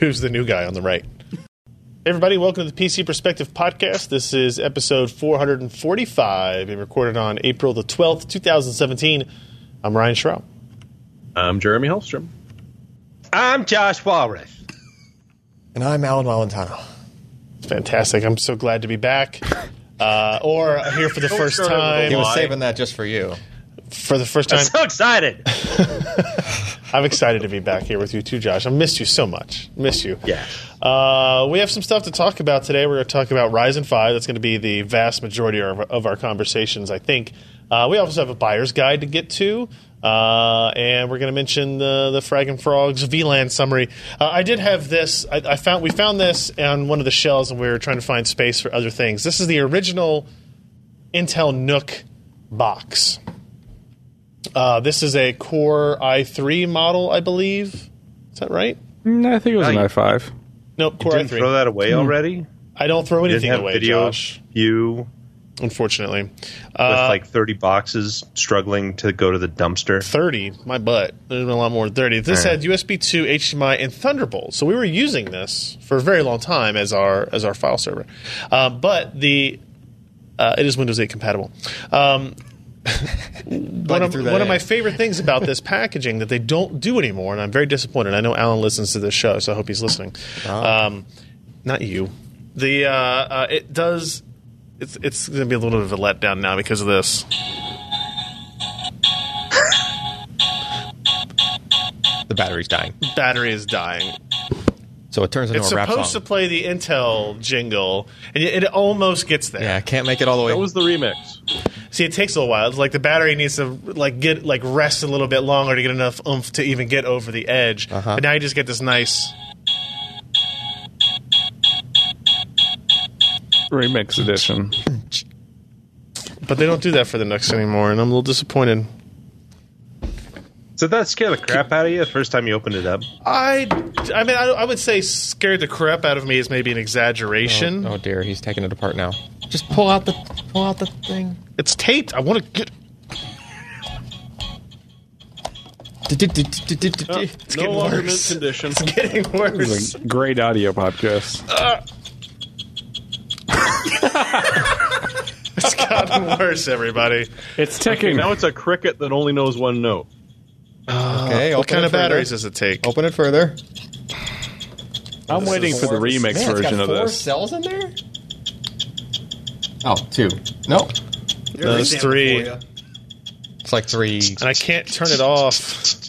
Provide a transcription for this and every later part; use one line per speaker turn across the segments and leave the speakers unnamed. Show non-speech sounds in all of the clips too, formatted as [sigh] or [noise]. Who's the new guy on the right? Everybody, welcome to the PC Perspective Podcast. This is episode 445, and recorded on April the 12th, 2017. I'm Ryan Schraub.
I'm Jeremy Hellstrom.
I'm Josh Walrath.
And I'm Alan Valentano.
It's fantastic. I'm so glad to be back. Uh, or here for the first
start over the
time.
He was
Why?
saving that just for you.
For the
[laughs]
first time.
So
[laughs]
excited.
I'm excited to be back here with you too, Josh. I missed you so much. Missed you.
Yeah.
Uh, we have some stuff to talk about today. We're going to talk about Ryzen 5. That's going to be the vast majority of, of our conversations, I think. Uh, we also have a buyer's guide to get to. Uh, and we're going to mention the, the Frag and Frogs VLAN summary. Uh, I did have this. I, I found we found this on one of the shells, and we were trying to find space for other things. This is the original Intel Nook box. Uh, this is a Core i3 model, I believe. Is that right?
Mm, I think it was an
Nice.
i5.
Nope, Core
Didn't
i3.
throw that away already.
I don't throw
Hmm. Didn't
anything
have
away,
video
Josh.
of you
Unfortunately,
with
uh,
like 30 boxes struggling to go to the dumpster.
thirty. My butt. There's been a lot more than thirty. This had USB two, HDMI, and Thunderbolt. So we were using this for a very long time as our as our file server. Uh, but the uh, it is Windows 8 compatible. Um, one of,
threw that
one of
in.
my favorite things about this packaging that they don't do anymore, and I'm very disappointed. I know Alan listens to this show, so I hope he's listening. Um, not you. The uh, uh, it does. It's it's going to be a little bit of a letdown now because of this.
The battery's dying.
Battery is dying.
So it turns into
It's
a rap
supposed to
song.
play the Intel jingle, and it, it almost gets there.
yeah, can't make it all the way.
That was the remix.
See, it takes a little while. It's like the battery needs to like get like rest a little bit longer to get enough oomph to even get over the edge.
Uh-huh.
But now you just get this nice.
Remix edition.
But they don't do that for the Nux anymore, and I'm a little disappointed.
Did that scare the crap out of you the first time you opened it up?
I, I mean, I, I would say scared the crap out of me is maybe an exaggeration.
oh dear, he's taking it apart now. Just pull out the pull out the thing.
It's taped. I want to get. It's getting worse.
condition.
[laughs]
[laughs]
It's getting
It
worse.
was a great audio podcast.
It's gotten worse, everybody.
It's ticking.
Now it's a cricket that only knows one note.
Okay,
what
open
kind
it
of batteries
further.
does it take?
Open it further.
I'm waiting for the remix
Man, it's got
version of
four
this.
cells in there. Oh, two. No,
Those three, and
it's like three.
I can't turn it off.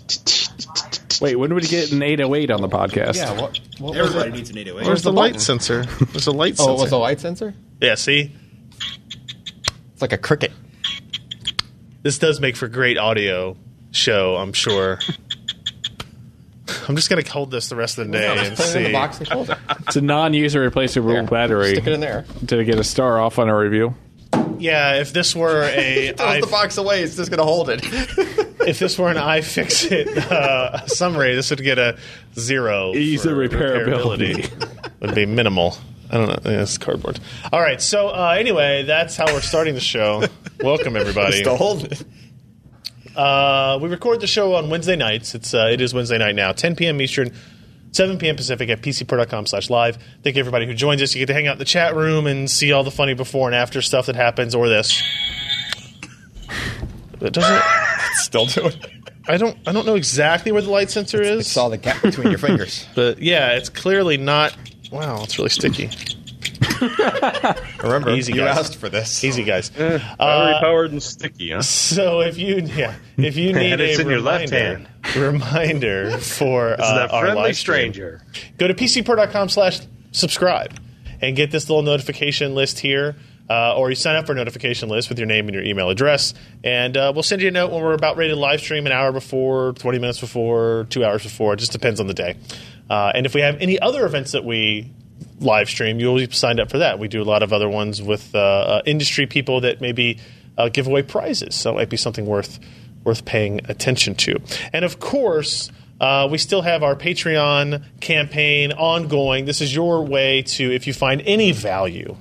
Wait, when would we get an 808 on the podcast?
Yeah. What? what was
Everybody
it?
needs an 808.
Where's the, light sensor? [laughs] There's a light
Oh, it was
sensor.
a light sensor.
yeah, see,
It's like a cricket.
this does make for great audio show, I'm sure. I'm just gonna hold this the rest of the day and
Put it in the
see.
box and close it.
It's a non-user replaceable
There.
battery.
Stick it in there.
Did it get a star off on a review?
Yeah, if this were
[laughs]
a
Throws
i-
the box away. It's just gonna hold it.
if this were an iFixit [laughs] uh, summary, this would get a zero.
Ease
for
of repairability.
would be minimal. I don't know. Yeah, it's cardboard. All right. So uh, anyway, that's how we're starting the [laughs] show. Welcome everybody.
hold it.
Uh, we record the show on Wednesday nights. It's uh, it is Wednesday night now, 10 p.m. Eastern, 7 p.m. Pacific at pcpro.com slash live. Thank you everybody who joins us. You get to hang out in the chat room and see all the funny before and after stuff that happens, or this. It
[laughs]
doesn't.
Still doing. It.
I don't. I don't know exactly where the light sensor is.
Saw the gap between your [laughs] fingers.
But yeah, it's clearly not. Wow, it's really sticky.
[laughs] Remember,
Easy,
you
guys.
asked for this.
Easy, guys.
Eh. Uh, Battery powered and sticky, huh?
So if you yeah, if you need
[laughs] And it's
a
in your left
reminder,
[laughs]
reminder for uh,
that
our
friendly
live stream,
stranger.
go to pcpro.com slash subscribe and get this little notification list here. Uh, or you sign up for a notification list with your name and your email address, and uh, we'll send you a note when we're about ready to live stream an hour before, 20 minutes before, two hours before. It just depends on the day. Uh, and if we have any other events that we live stream, you'll be signed up for that. We do a lot of other ones with uh, uh, industry people that maybe uh, give away prizes, so it might be something worth worth paying attention to. And of course, uh, we still have our Patreon campaign ongoing. This is your way to, if you find any value,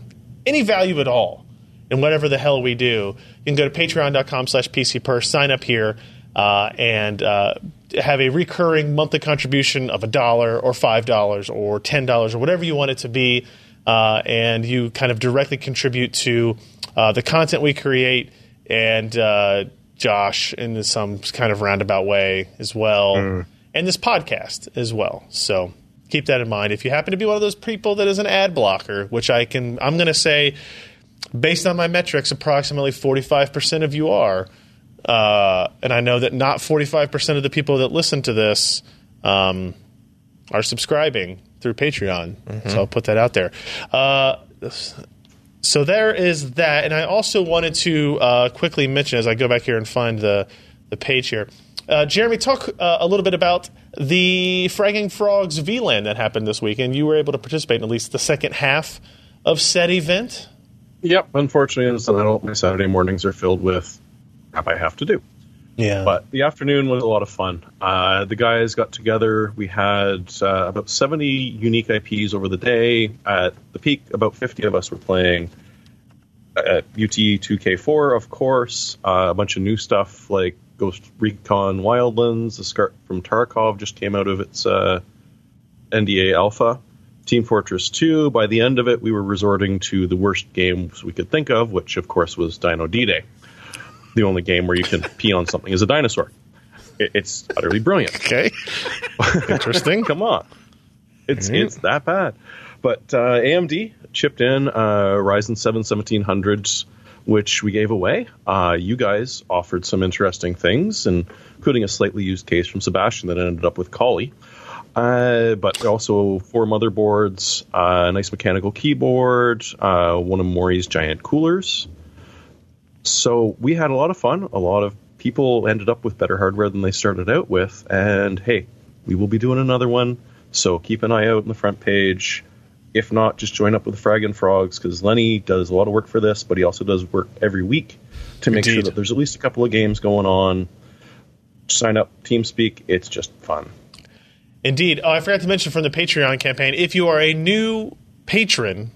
any value at all, in whatever the hell we do, you can go to patreon.com slash pcper, sign up here, uh, and uh, have a recurring monthly contribution of a dollar or five dollars or ten dollars or whatever you want it to be, uh, and you kind of directly contribute to uh, the content we create and uh, Josh in some kind of roundabout way as well, and this podcast as well. So keep that in mind. If you happen to be one of those people that is an ad blocker, which I can, I'm going to say based on my metrics, approximately 45% of you are. Uh, and I know that not 45% of the people that listen to this um, are subscribing through Patreon. So I'll put that out there. Uh, so there is that. And I also wanted to uh, quickly mention as I go back here and find the, the page here. Uh, Jeremy, talk uh, a little bit about the Fragging Frogs VLAN that happened this weekend. You were able to participate in at least the second half of said event.
Yep. Unfortunately, it's an adult. My Saturday mornings are filled with crap I have to do.
Yeah.
But the afternoon was a lot of fun. Uh, the guys got together. We had uh, about 70 unique IPs over the day. At the peak, about 50 of us were playing uh, UT2K4, of course, uh, a bunch of new stuff like Ghost Recon Wildlands, the Scarp from Tarkov just came out of its uh, NDA Alpha. Team Fortress 2, by the end of it, we were resorting to the worst games we could think of, which, of course, was Dino D Day the only game where you can pee on something is a dinosaur. It, it's utterly brilliant.
Okay. [laughs] Interesting.
Come on, it's it's that bad. But uh, AMD chipped in uh, Ryzen 7 1700s, which we gave away. Uh, you guys offered some interesting things, and including a slightly used case from Sebastian that ended up with Collie. Uh, but also four motherboards, uh, a nice mechanical keyboard, uh, one of Mori's giant coolers, so we had a lot of fun. A lot of people ended up with better hardware than they started out with. And hey, we will be doing another one. So keep an eye out on the front page. If not, just join up with the Frag and Frogs because Lenny does a lot of work for this, but he also does work every week to make sure
Indeed.
that there's at least a couple of games going on. Sign up, TeamSpeak. It's just fun.
Indeed. Oh, I forgot to mention from the Patreon campaign, if you are a new patron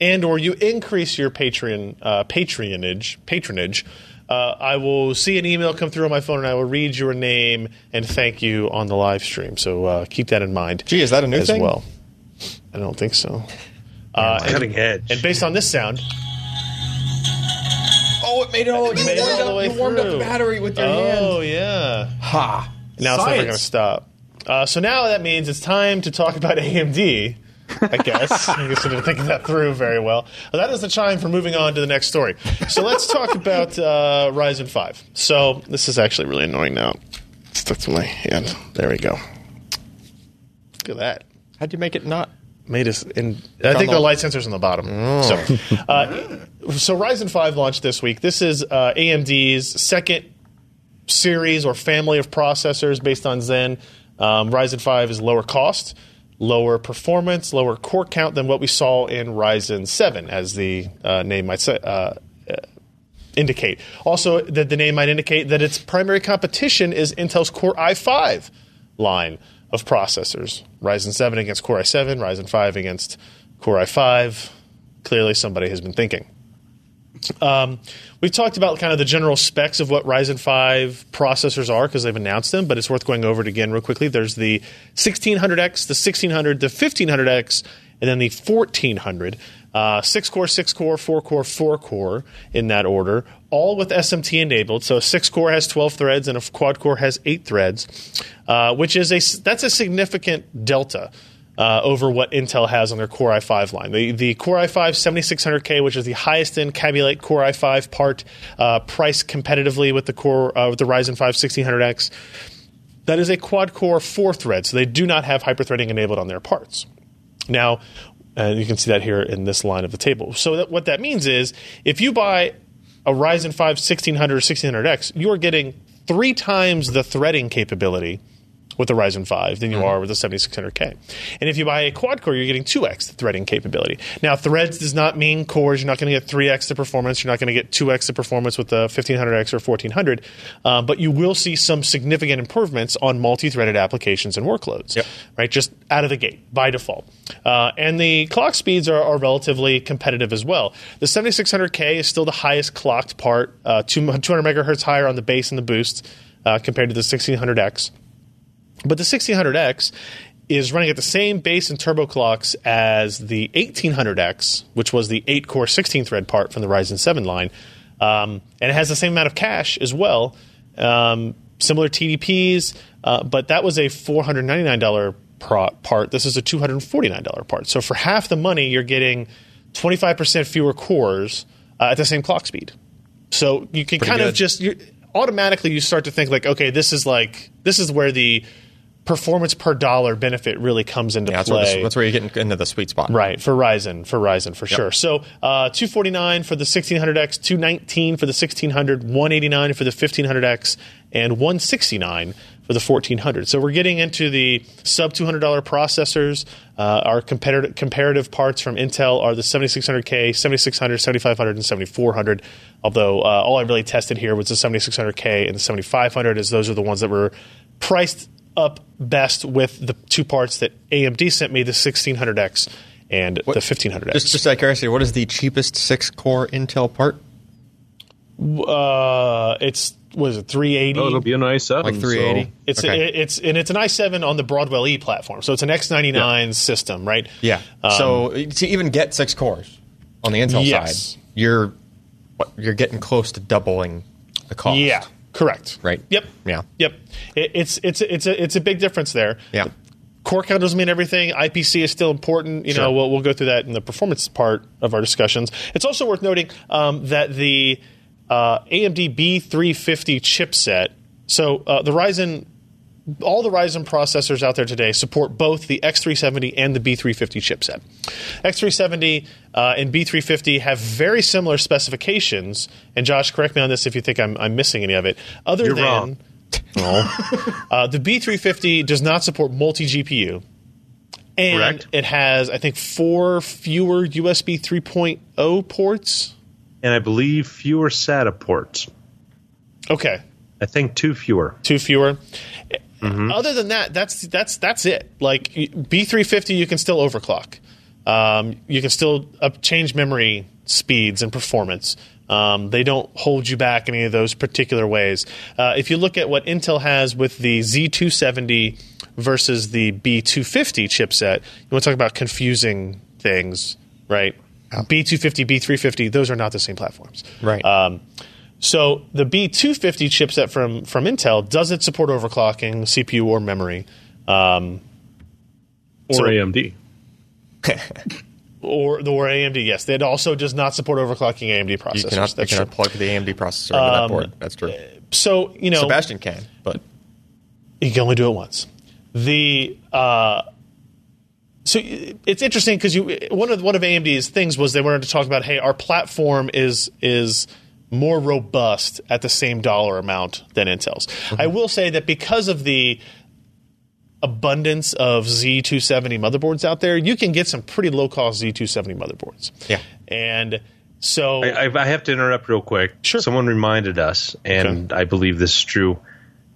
and or you increase your patron uh, patronage patronage, uh, I will see an email come through on my phone and I will read your name and thank you on the live stream. So uh, keep that in mind.
Gee, is that a new
as
thing?
well? I don't think so. Uh, and,
Cutting edge.
and based on this sound,
Oh, it made it all,
it made it all the way
You warmed up
through.
the battery with your
oh
hand.
yeah.
Ha.
Now it's never
Science.
going to stop. Uh, so now that means it's time to talk about [laughs] AMD. I guess I guess I didn't think that through very well. Well, that is the time for moving on to the next story. So let's talk about uh, Ryzen five. So this is actually really annoying now. It's stuck to my hand. There we go. Look at that.
How'd you make it not?
Made us in. I think the Oh. light sensor's on the bottom. So, uh, so Ryzen five launched this week. This is uh, AMD's second series or family of processors based on Zen. Um, Ryzen 5 is lower cost, lower performance, lower core count than what we saw in Ryzen 7, as the uh, name might say, uh, uh, indicate. Also, that the name might indicate that its primary competition is Intel's Core i5 line of processors. Ryzen 7 against Core i7, Ryzen 5 against Core i5. Clearly, somebody has been thinking. Um, we've talked about kind of the general specs of what Ryzen 5 processors are because they've announced them, but it's worth going over it again real quickly. There's the 1600X, the 1600, the 1500X, and then the 1400. Uh, six core, six core, four core, four core in that order, all with SMT enabled. So a six core has 12 threads and a quad core has eight threads, uh, which is a that's a significant delta uh, over what Intel has on their Core i5 line. The, the Core i5 7600K, which is the highest end Cabulate Core i5 part, uh, priced competitively with the Core uh, with the Ryzen 5 1600X. That is a quad core four thread, so they do not have hyperthreading enabled on their parts. Now, and you can see that here in this line of the table. So that, what that means is, if you buy a Ryzen 5 1600 or 1600X, you are getting three times the threading capability with the Ryzen 5 than you are with the 7600K. And if you buy a quad core, you're getting 2x the threading capability. Now, threads does not mean cores. You're not going to get 3x the performance. You're not going to get 2x the performance with the 1500X or 1400. Uh, but you will see some significant improvements on multi-threaded applications and workloads, right? Just out of the gate by default. Uh, and the clock speeds are, are relatively competitive as well. The 7600K is still the highest clocked part, uh, two- 200 megahertz higher on the base and the boost uh, compared to the 1600X. But the 1600X is running at the same base and turbo clocks as the 1800X, which was the 8 core 16 thread part from the Ryzen 7 line. Um, and it has the same amount of cache as well, um, similar TDPs, uh, but that was a $499 pro- part. This is a $249 part. So for half the money, you're getting 25% fewer cores uh, at the same clock speed. So you can kind of
good.
just you automatically you start to think like, okay, this is like this is where the performance per dollar benefit really comes into
Yeah, that's
play.
where, this- that's where you're getting into the sweet spot.
Right for Ryzen, for Ryzen, for sure. So, uh, two forty nine for the sixteen hundred X, two nineteen for the 1600, 189 for the fifteen hundred X, and one sixty nine for the fourteen hundred. So we're getting into the sub two hundred dollar processors. Uh, our comparative comparative parts from Intel are the seventy six hundred K, 7600, 7500, and seventy four hundred. Although uh, all I really tested here was the seventy six hundred K and the seventy five hundred, as those are the ones that were priced up best with the two parts that AMD sent me, the 1600X and the 1500X.
Just, just out of curiosity, what is the cheapest six core Intel part?
uh, it's was it 380?
Oh, it'll be an i7.
Like
so-
380?
it's
Okay.
it, it's and it's an i7 on the Broadwell E platform, so it's an X99 system, right? Uh,
yeah. so to even get six cores on the Intel
Um, Yes.
side, you're what, you're getting close to doubling the cost.
Yeah, correct.
Right.
Yep.
Yeah.
Yep. It, it's it's it's a it's a big difference there.
Yeah.
Core count doesn't mean everything. IPC is still important. You know,
Sure.
we'll, we'll go through that in the performance part of our discussions. It's also worth noting um, that the uh, AMD B350 chipset. So uh, the Ryzen all the Ryzen processors out there today support both the X370 and the B350 chipset. X370 uh, and B350 have very similar specifications, and Josh, correct me on this if you think I'm, I'm missing any of it. Other
You're
than
wrong.
uh, the B350 does not support multi GPU, and
Correct.
it has I think four fewer USB 3.0 ports.
And I believe fewer SATA ports.
Okay,
I think two fewer.
two fewer. Other than that, that's that's that's it. Like B three fifty, you can still overclock. Um, you can still up change memory speeds and performance. Um, they don't hold you back in any of those particular ways. Uh, if you look at what Intel has with the Z two seventy versus the B two fifty chipset, you want to talk about confusing things, right? B two fifty, B three fifty, those are not the same platforms,
Right.
Um, so the B250 chipset from from Intel does it support overclocking, CPU or memory, um,
Or
So-
AMD.
[laughs]
[laughs] or the or AMD? Yes, it also does not support overclocking AMD processors.
You cannot, you
That's
cannot
true.
plug the AMD processor into that board. That's true.
Um, So you know,
Sebastian can, but
you can only do it once. The uh, so it's interesting because you one of one of AMD's things was they wanted to talk about hey our platform is is more robust at the same dollar amount than Intel's.
Mm-hmm.
I will say that because of the abundance of Z270 motherboards out there, you can get some pretty low cost Z270 motherboards.
Yeah.
and so
I, I- I have to interrupt real quick.
Sure.
Someone reminded us, and I believe this is true.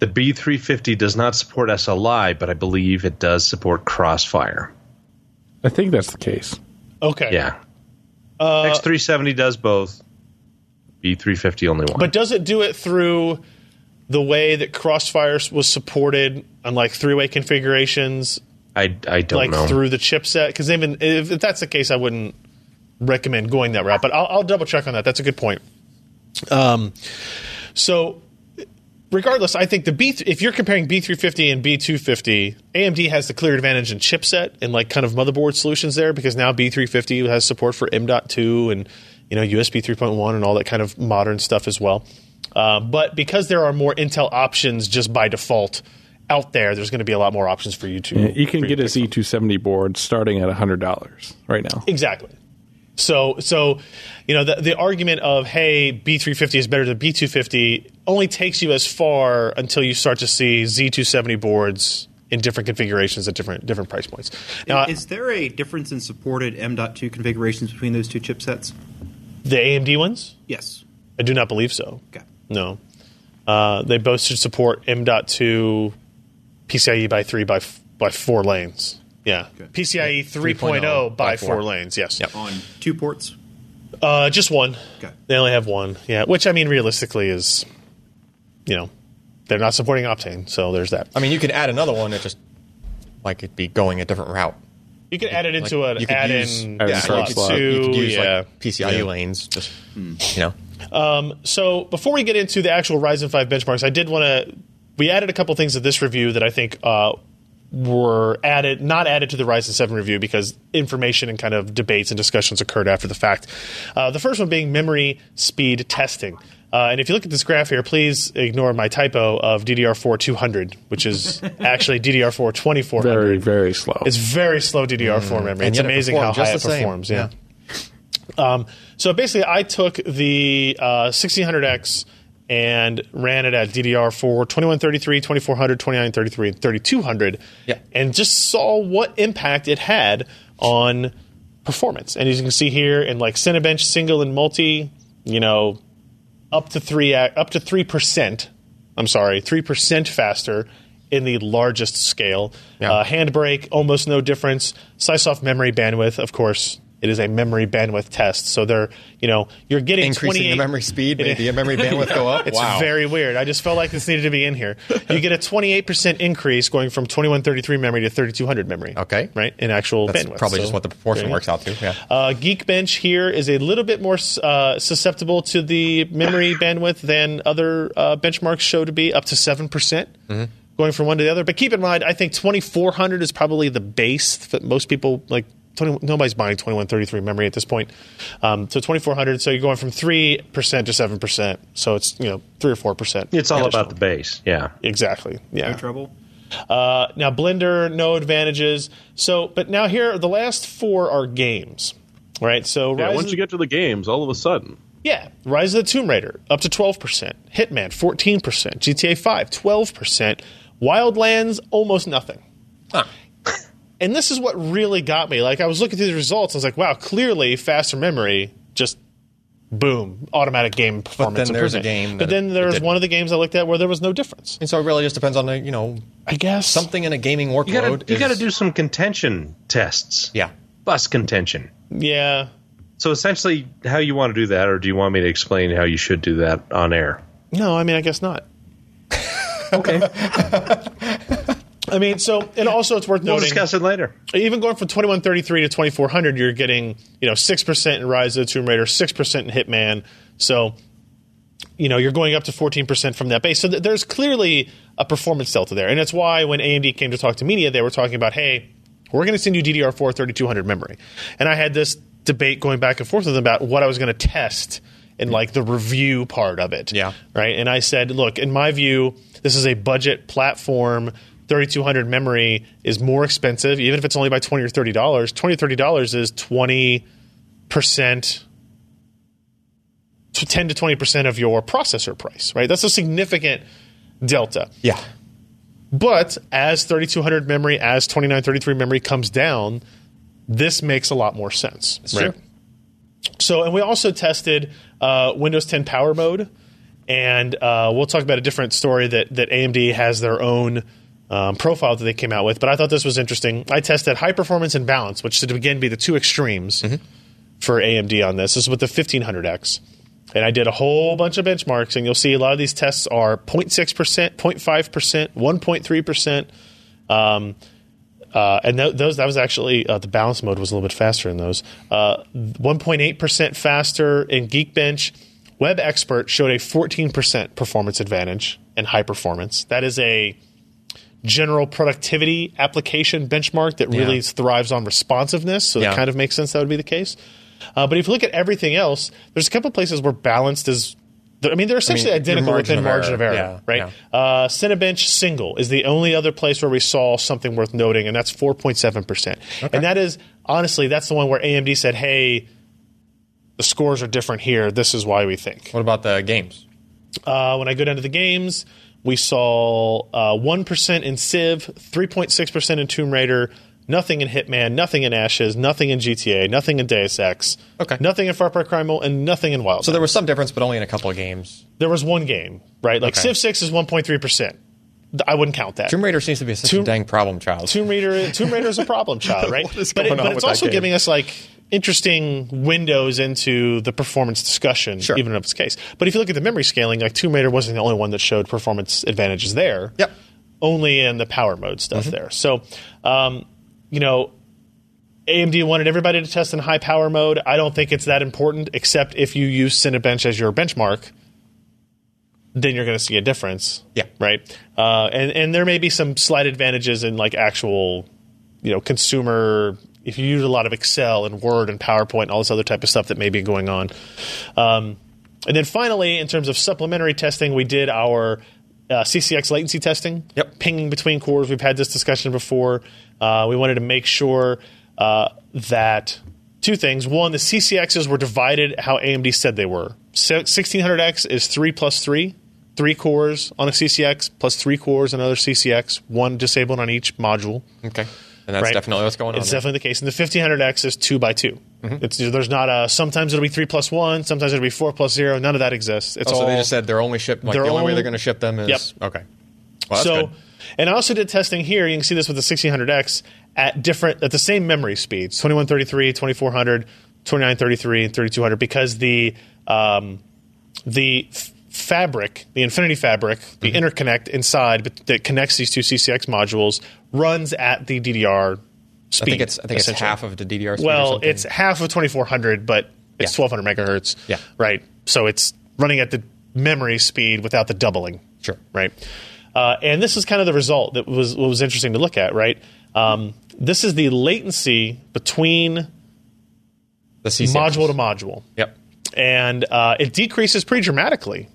The B350 does not support SLI, but I believe it does support Crossfire.
I think that's the case.
okay,
Yeah.
Uh,
X370 does both. B350 only one.
But does it do it through the way that Crossfire was supported on like three-way configurations,
I, I don't
like
know.
through the chipset? Because even if, if that's the case, I wouldn't recommend going that route. But I'll, I'll double check on that. That's a good point. Um, so regardless, I think the B if you're comparing B350 and B250, AMD has the clear advantage in chipset and like kind of motherboard solutions there because now B350 has support for M.2 and you know USB 3.1 and all that kind of modern stuff as well. Uh, but because there are more Intel options just by default out there, there's going to be a lot more options for you to.
You can
for
get a
to pick
Z270 board starting at $100 right now.
Exactly. So, so you know, the, the argument of hey, B350 is better than B250 only takes you as far until you start to see Z270 boards in different configurations at different different price points. Now, I-
Is there a difference in supported M.2 configurations between those two chipsets?
the AMD ones,
Yes.
I do not believe so.
Okay.
No, uh, they both should support M.2 PCIe E by three by f- by four lanes. Yeah, PCIe 3.0, by four, lanes. Yes.
Yep.
On two ports?
Uh, just one.
Okay.
They only have one. Yeah, which I mean, realistically, is you know, They're not supporting Optane, so there's that.
I mean, you could add another one that just like it'd be going a different route.
You can add it
Like,
into an
you could
add
use-
in
Add
yeah,
slot.
you could,
slot.
you could use
yeah. Hmm.
like PCIe E lanes. Just you know,
so before we get into the actual Ryzen 5 benchmarks, I did want to. We added a couple things to this review that I think uh, were added, not added to the Ryzen 7 review because information and kind of debates and discussions occurred after the fact. Uh, the first one being memory speed testing. Uh, and if you look at this graph here, please ignore my typo of DDR4 200, which is actually DDR4 2400.
Very, very slow.
It's very slow DDR4 memory.
Mm. And
It's
yet it
amazing how
performed just
high it
the same.
performs. Yeah. Um, so basically, I took the uh, 1600X and ran it at DDR4 2133, 2400, 2933, and 3200,
Yeah.
and just saw what impact it had on performance. And as you can see here, in like Cinebench single and multi, you know, up to three uh, up to three percent. I'm sorry, three percent faster in the largest scale.
Yeah.
Uh, handbrake, almost no difference. Sysoft memory bandwidth, of course, it is a memory bandwidth test. So they're you know you're getting
increasing
28
the memory speed
It
made
is-
the memory bandwidth go
[laughs]
up.
It's
wow.
very weird. I just felt like this needed to be in here. You get a 28% increase going from 2133 memory to 3200 memory.
Okay.
Right? In actual
That's
bandwidth.
probably
So
just what the
there
proportion
you
works
go.
out to. Yeah.
Uh, Geekbench here is a little bit more uh, susceptible to the memory bandwidth than other uh, benchmarks show to be, up to 7%, percent going from one to the other. But keep in mind, I think 2400 is probably the base that most people like. 20, nobody's buying 2133 memory at this point. Um, so 2400, so you're going from 3% to 7%. So it's, you know, 3 or 4%.
It's all
additional.
about the base. Yeah.
Exactly. Yeah.
No trouble.
Uh, now Blender, no advantages. So, but now here, the last four are games, right? So
Yeah,
Rise
once
of-
you get to the games, all of a sudden,
yeah, Rise of the Tomb Raider up to twelve percent, Hitman fourteen percent, GTA Five 12 percent, Wildlands almost nothing. [laughs] And this is what really got me. Like I was looking through the results, I was like, wow, clearly faster memory just. Boom! Automatic game performance.
then there's a
improvement.
game
But
that
then
it
there's
didn't.
one of the games I looked at where there was no difference.
And so it really just depends on the you know
I guess
something in a gaming workload.
you gotta you
is-
gotta do some contention tests.
Yeah.
bus contention.
Yeah,
So essentially, how you want to do that, or do you want me to explain how you should do that on air?
No, I mean, I guess not. okay. I mean, so and also it's worth
We'll
noting,
discuss it later.
even going from twenty one thirty three to twenty four hundred, you're getting you know six percent in Rise of the Tomb Raider, six percent in Hitman. So, you know, you're going up to fourteen percent from that base. So th- there's clearly a performance delta there, and that's why when AMD came to talk to media, they were talking about, hey, we're going to send you DDR4 3200 memory, and I had this debate going back and forth with them about what I was going to test in like the review part of it
Yeah.
right? And I said, look, in my view, this is a budget platform. 3200 memory is more expensive, even if it's only by 20 or 30 dollars. 20 or 30 dollars is 20 percent. 10 to 20% of your processor price, right? That's a significant delta.
Yeah.
But as 3200 memory, as 2933 memory comes down, this makes a lot more sense.
true.
So, and we also tested uh, Windows 10 Power Mode, and uh, we'll talk about a different story that that AMD has their own. Um, profile that they came out with, but I thought this was interesting. I tested high performance and balance, which should again be the two extremes for AMD on this. This is with the 1500X. And I did a whole bunch of benchmarks, and you'll see a lot of these tests are 0.6%, 0.5%, 1.3%. Um, uh, and tho- those that was actually uh, the balance mode was a little bit faster in those. Uh, 1.8% faster in Geekbench. Web Expert showed a 14% performance advantage in high performance. That is a general productivity application benchmark that really
Yeah.
thrives on responsiveness. So that
Yeah.
kind of makes sense that would be the case. Uh, but if you look at everything else, there's a couple places where balanced is. I mean, they're essentially
your
identical
margin
within
of
margin
error.
of error,
Yeah,
right?
yeah.
Uh, Cinebench single is the only other place where we saw something worth noting, and that's 4.7%. And that is, honestly, that's the one where AMD said, hey, the scores are different here. This is why we think.
What about the games?
Uh, when I go down to the games, we saw uh, 1% in Civ, 3.6% in Tomb Raider, nothing in Hitman, nothing in Ashes, nothing in GTA, nothing in Deus Ex,
Okay.
nothing in Far Cry Primal, and nothing in Wild.
So there was some difference, but only in a couple of games.
there was one game, right? Like
Okay.
Civ 6 is 1.3%. Th- I wouldn't count that.
Tomb Raider seems to be such a dang problem child.
Tomb Raider, Tomb Raider is a problem child, right?
[laughs] What is
but
going on
but
with
it's
that
also
game?
giving us like interesting windows into the performance discussion,
Sure.
even of its case. But if you look at the memory scaling, like Tomb Raider wasn't the only one that showed performance advantages there.
Yep. Mm-hmm.
Only in the power mode stuff there. So, um, you know, AMD wanted everybody to test in high power mode. I don't think it's that important, except if you use Cinebench as your benchmark, then you're going to see a difference.
Yeah.
Right. Uh, and and there may be some slight advantages in like actual, you know, consumer. If you use a lot of Excel and Word and PowerPoint and all this other type of stuff that may be going on. Um, and then finally, in terms of supplementary testing, we did our uh, CCX latency testing,
Yep.
pinging between cores. We've had this discussion before. Uh, we wanted to make sure uh, that two things. One, the CCXs were divided how AMD said they were. So 1600X is 3 plus 3, three cores on a CCX, plus three cores on another CCX, one disabled on each module.
Okay. And that's
Right.
definitely what's going on.
It's
there. Mm-hmm.
definitely the case. And the 1500X is two by 2 It's, there's not a sometimes it'll be three plus one, sometimes it'll be four plus zero. None of that exists. It's
Oh,
all
so they just said they're only ship. Like
They're
the only way
only-
they're going to ship them is okay. Well, that's
so,
good.
and I also did testing here. You can see this with the 1600X at different at the same memory speeds 2133, 2400, 2933, and 3200 because the um, the f- fabric, the Infinity fabric, the
Mm-hmm.
interconnect inside bet- that connects these two CCX modules runs at the DDR
I
speed.
think it's I think it's
essentially.
half of the DDR. Speed or
Well,
something.
it's half of 2400, but it's
Yeah.
1200 megahertz.
Yeah.
Right. So it's running at the memory speed without the doubling.
Sure.
Right. Uh, and this is kind of the result that was what was interesting to look at. Right. Um, this is the latency between
the CCX.
module to module,
Yep.
and uh, it decreases pretty dramatically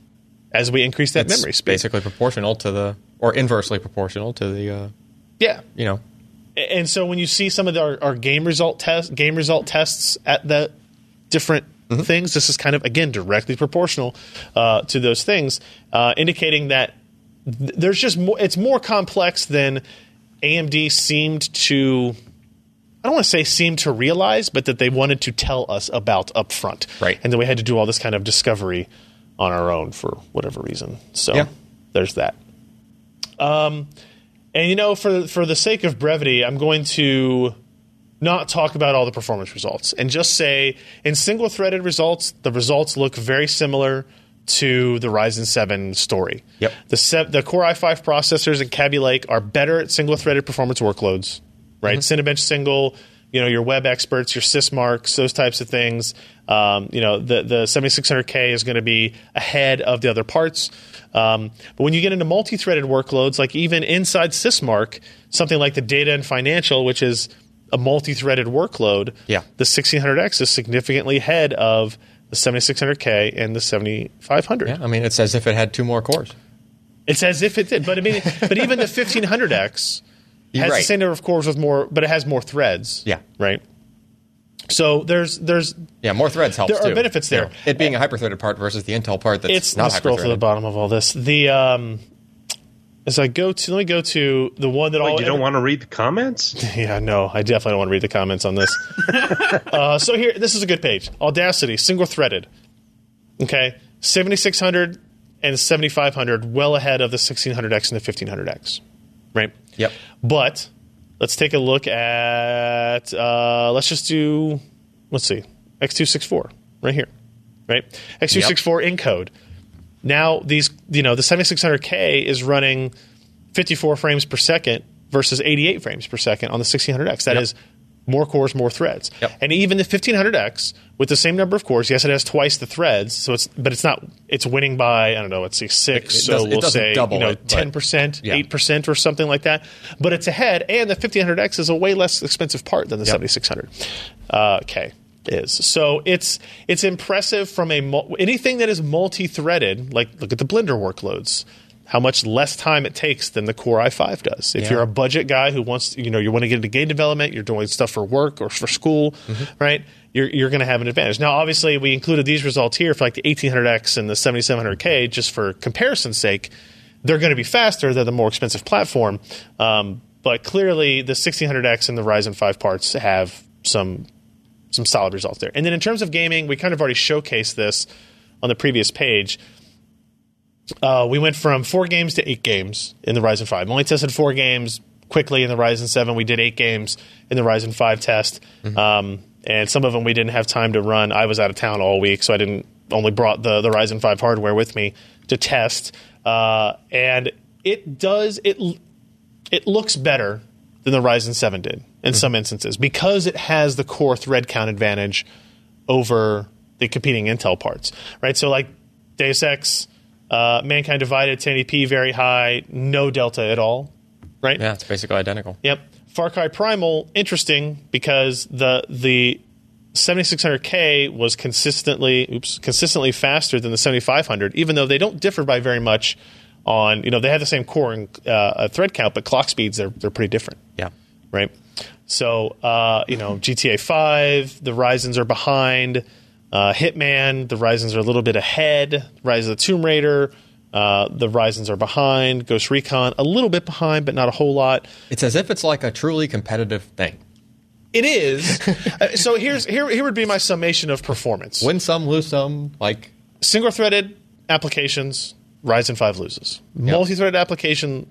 as we increase that
It's
memory speed.
basically proportional to the or inversely proportional to the uh,
Yeah.
you know
and so when you see some of the- our, our game result test game result tests at the different things this is kind of again directly proportional uh, to those things uh, indicating that th- there's just more it's more complex than amd seemed to I don't want to say seemed to realize, but that they wanted to tell us about up front.
Right.
And then we had to do all this kind of discovery on our own for whatever reason. So
Yeah.
there's that. Um, and you know, for for the sake of brevity, I'm going to not talk about all the performance results and just say in single threaded results, the results look very similar to the Ryzen 7 story.
Yep.
The, se- the Core i5 processors and Kaby Lake are better at single threaded performance workloads, right?
Mm-hmm.
Cinebench single, you know, your web experts, your sysmarks, those types of things. Um, you know, the, the 7600K is going to be ahead of the other parts. Um, but when you get into multi threaded workloads, like even inside sysmark, something like the data and financial, which is a multi-threaded workload,
Yeah.
the 1600X is significantly ahead of the 7600K and the 7500.
yeah I mean it's as if it had two more cores.
It's as if it did, but I mean, but even the 1500X has the
right.
same number of cores with more, but it has more threads.
Yeah.
right. So there's there's
Yeah, more threads helps.
There are
too.
benefits there.
You know, it being a hyperthreaded part versus the Intel part that's
it's
not
let's scroll to the
hyperthreaded.
bottom of all this. The um, as I go to let me go to the one that all
You don't want to read the comments?
Oh, [laughs] Yeah, no, I definitely don't want to read the comments on
[laughs]
this. uh, so here, this is a good page. Audacity, single threaded. Okay, 7600 and 7500, well ahead of the 1600X and the 1500X, right?
Yep.
But let's take a look at, uh, let's just do, let's see, X264 right here, right? X264 encode. Now these, you know, the 7600K is running 54 frames per second versus 88 frames per second on the 1600X. That is more cores, more threads.
Yep.
And even the 1500X with the same number of cores, yes, it has twice the threads. So it's, but it's not. It's winning by I don't know. Let's see, six.
It- it
so
doesn't- it
we'll
doesn't
say
double
you know
it, but-
ten percent,
Yeah.
eight percent, or something like that. But it's ahead, and the 1500X is a way less expensive part than the 7600 uh, K is. So it's it's impressive from a mul- anything that is multi-threaded. Like look at the Blender workloads. How much less time it takes than the Core i5 does. If
Yeah.
you're a budget guy who wants, you know, you want to get into game development, you're doing stuff for work or for school,
Mm-hmm.
right? You're, you're going to have an advantage. Now, obviously, we included these results here for like the 1800X and the 7700K just for comparison's sake. They're going to be faster. They're the more expensive platform. Um, but clearly, the 1600X and the Ryzen 5 parts have some some solid results there. And then in terms of gaming, we kind of already showcased this on the previous page. Uh, we went from four games to eight games in the Ryzen 5. We only tested four games quickly in the Ryzen 7. We did eight games in the Ryzen 5 test. Um, and some of them we didn't have time to run. I was out of town all week, so I didn't only brought the the Ryzen five hardware with me to test, uh, and it does it l- it looks better than the Ryzen 7 did in some instances because it has the core thread count advantage over the competing Intel parts, right? So like Deus Ex, uh, Mankind Divided, 1080p very high, no delta at all, right?
Yeah, it's basically identical.
Yep. Far Cry Primal, interesting because the the 7600K was consistently oops consistently faster than the 7500, even though they don't differ by very much. On you know they have the same core and uh, uh, thread count, but clock speeds they're they're pretty different,
Yeah.
right? So uh, you know GTA 5, the Ryzen's are behind. Uh, Hitman, the Ryzen's are a little bit ahead. Rise of the Tomb Raider, uh, the Ryzen's are behind. Ghost Recon, a little bit behind, but not a whole lot.
It's as if it's like a truly competitive thing.
It is. Uh, so here's here here would be my summation of performance.
Win some, lose some. Like
Single threaded applications, Ryzen five loses. Multi threaded application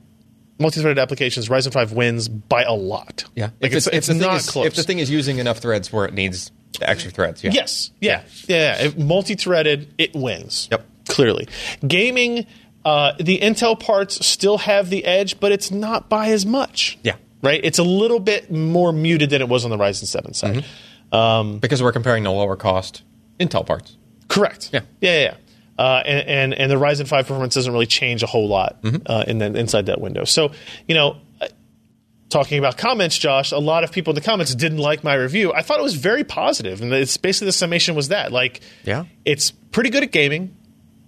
multi threaded applications, Ryzen five wins by a lot.
yeah,
Like it's, it's,
the thing
not
is-
close.
If the thing is using enough threads where it needs the extra threads, yeah.
Yes. Yeah. Yeah. Multi threaded, it wins.
Yep.
Clearly. Gaming, uh, the Intel parts still have the edge, but it's not by as much.
Yeah.
Right? It's a little bit more muted than it was on the Ryzen 7 side.
Mm-hmm. because we're comparing the lower cost Intel parts.
Correct.
Yeah.
Yeah. Yeah. yeah. Uh, and, and and the Ryzen five performance doesn't really change a whole lot
Mm-hmm.
uh, in the, inside that window. So you know, uh, talking about comments, Josh, a lot of people in the comments didn't like my review. I thought it was very positive, and it's basically the summation was that like,
Yeah.
it's pretty good at gaming,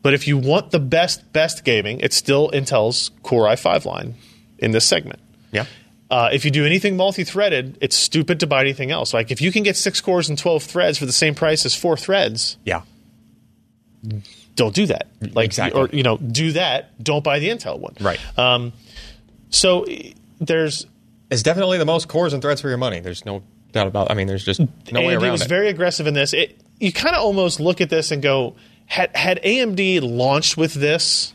but if you want the best best gaming, it's still Intel's Core i5 line in this segment.
Yeah,
Uh, if you do anything multi-threaded, it's stupid to buy anything else. Like if you can get six cores and twelve threads for the same price as four threads,
yeah,
don't do that. Like,
Exactly.
or you know, do that. Don't buy the Intel one. Um,
right.
So e- there's
it's definitely the most cores and threads for your money. There's no doubt about. I mean, there's just no way
AMD
around
was
it.
very aggressive in this. It, you kind of almost look at this and go, had had AMD launched with this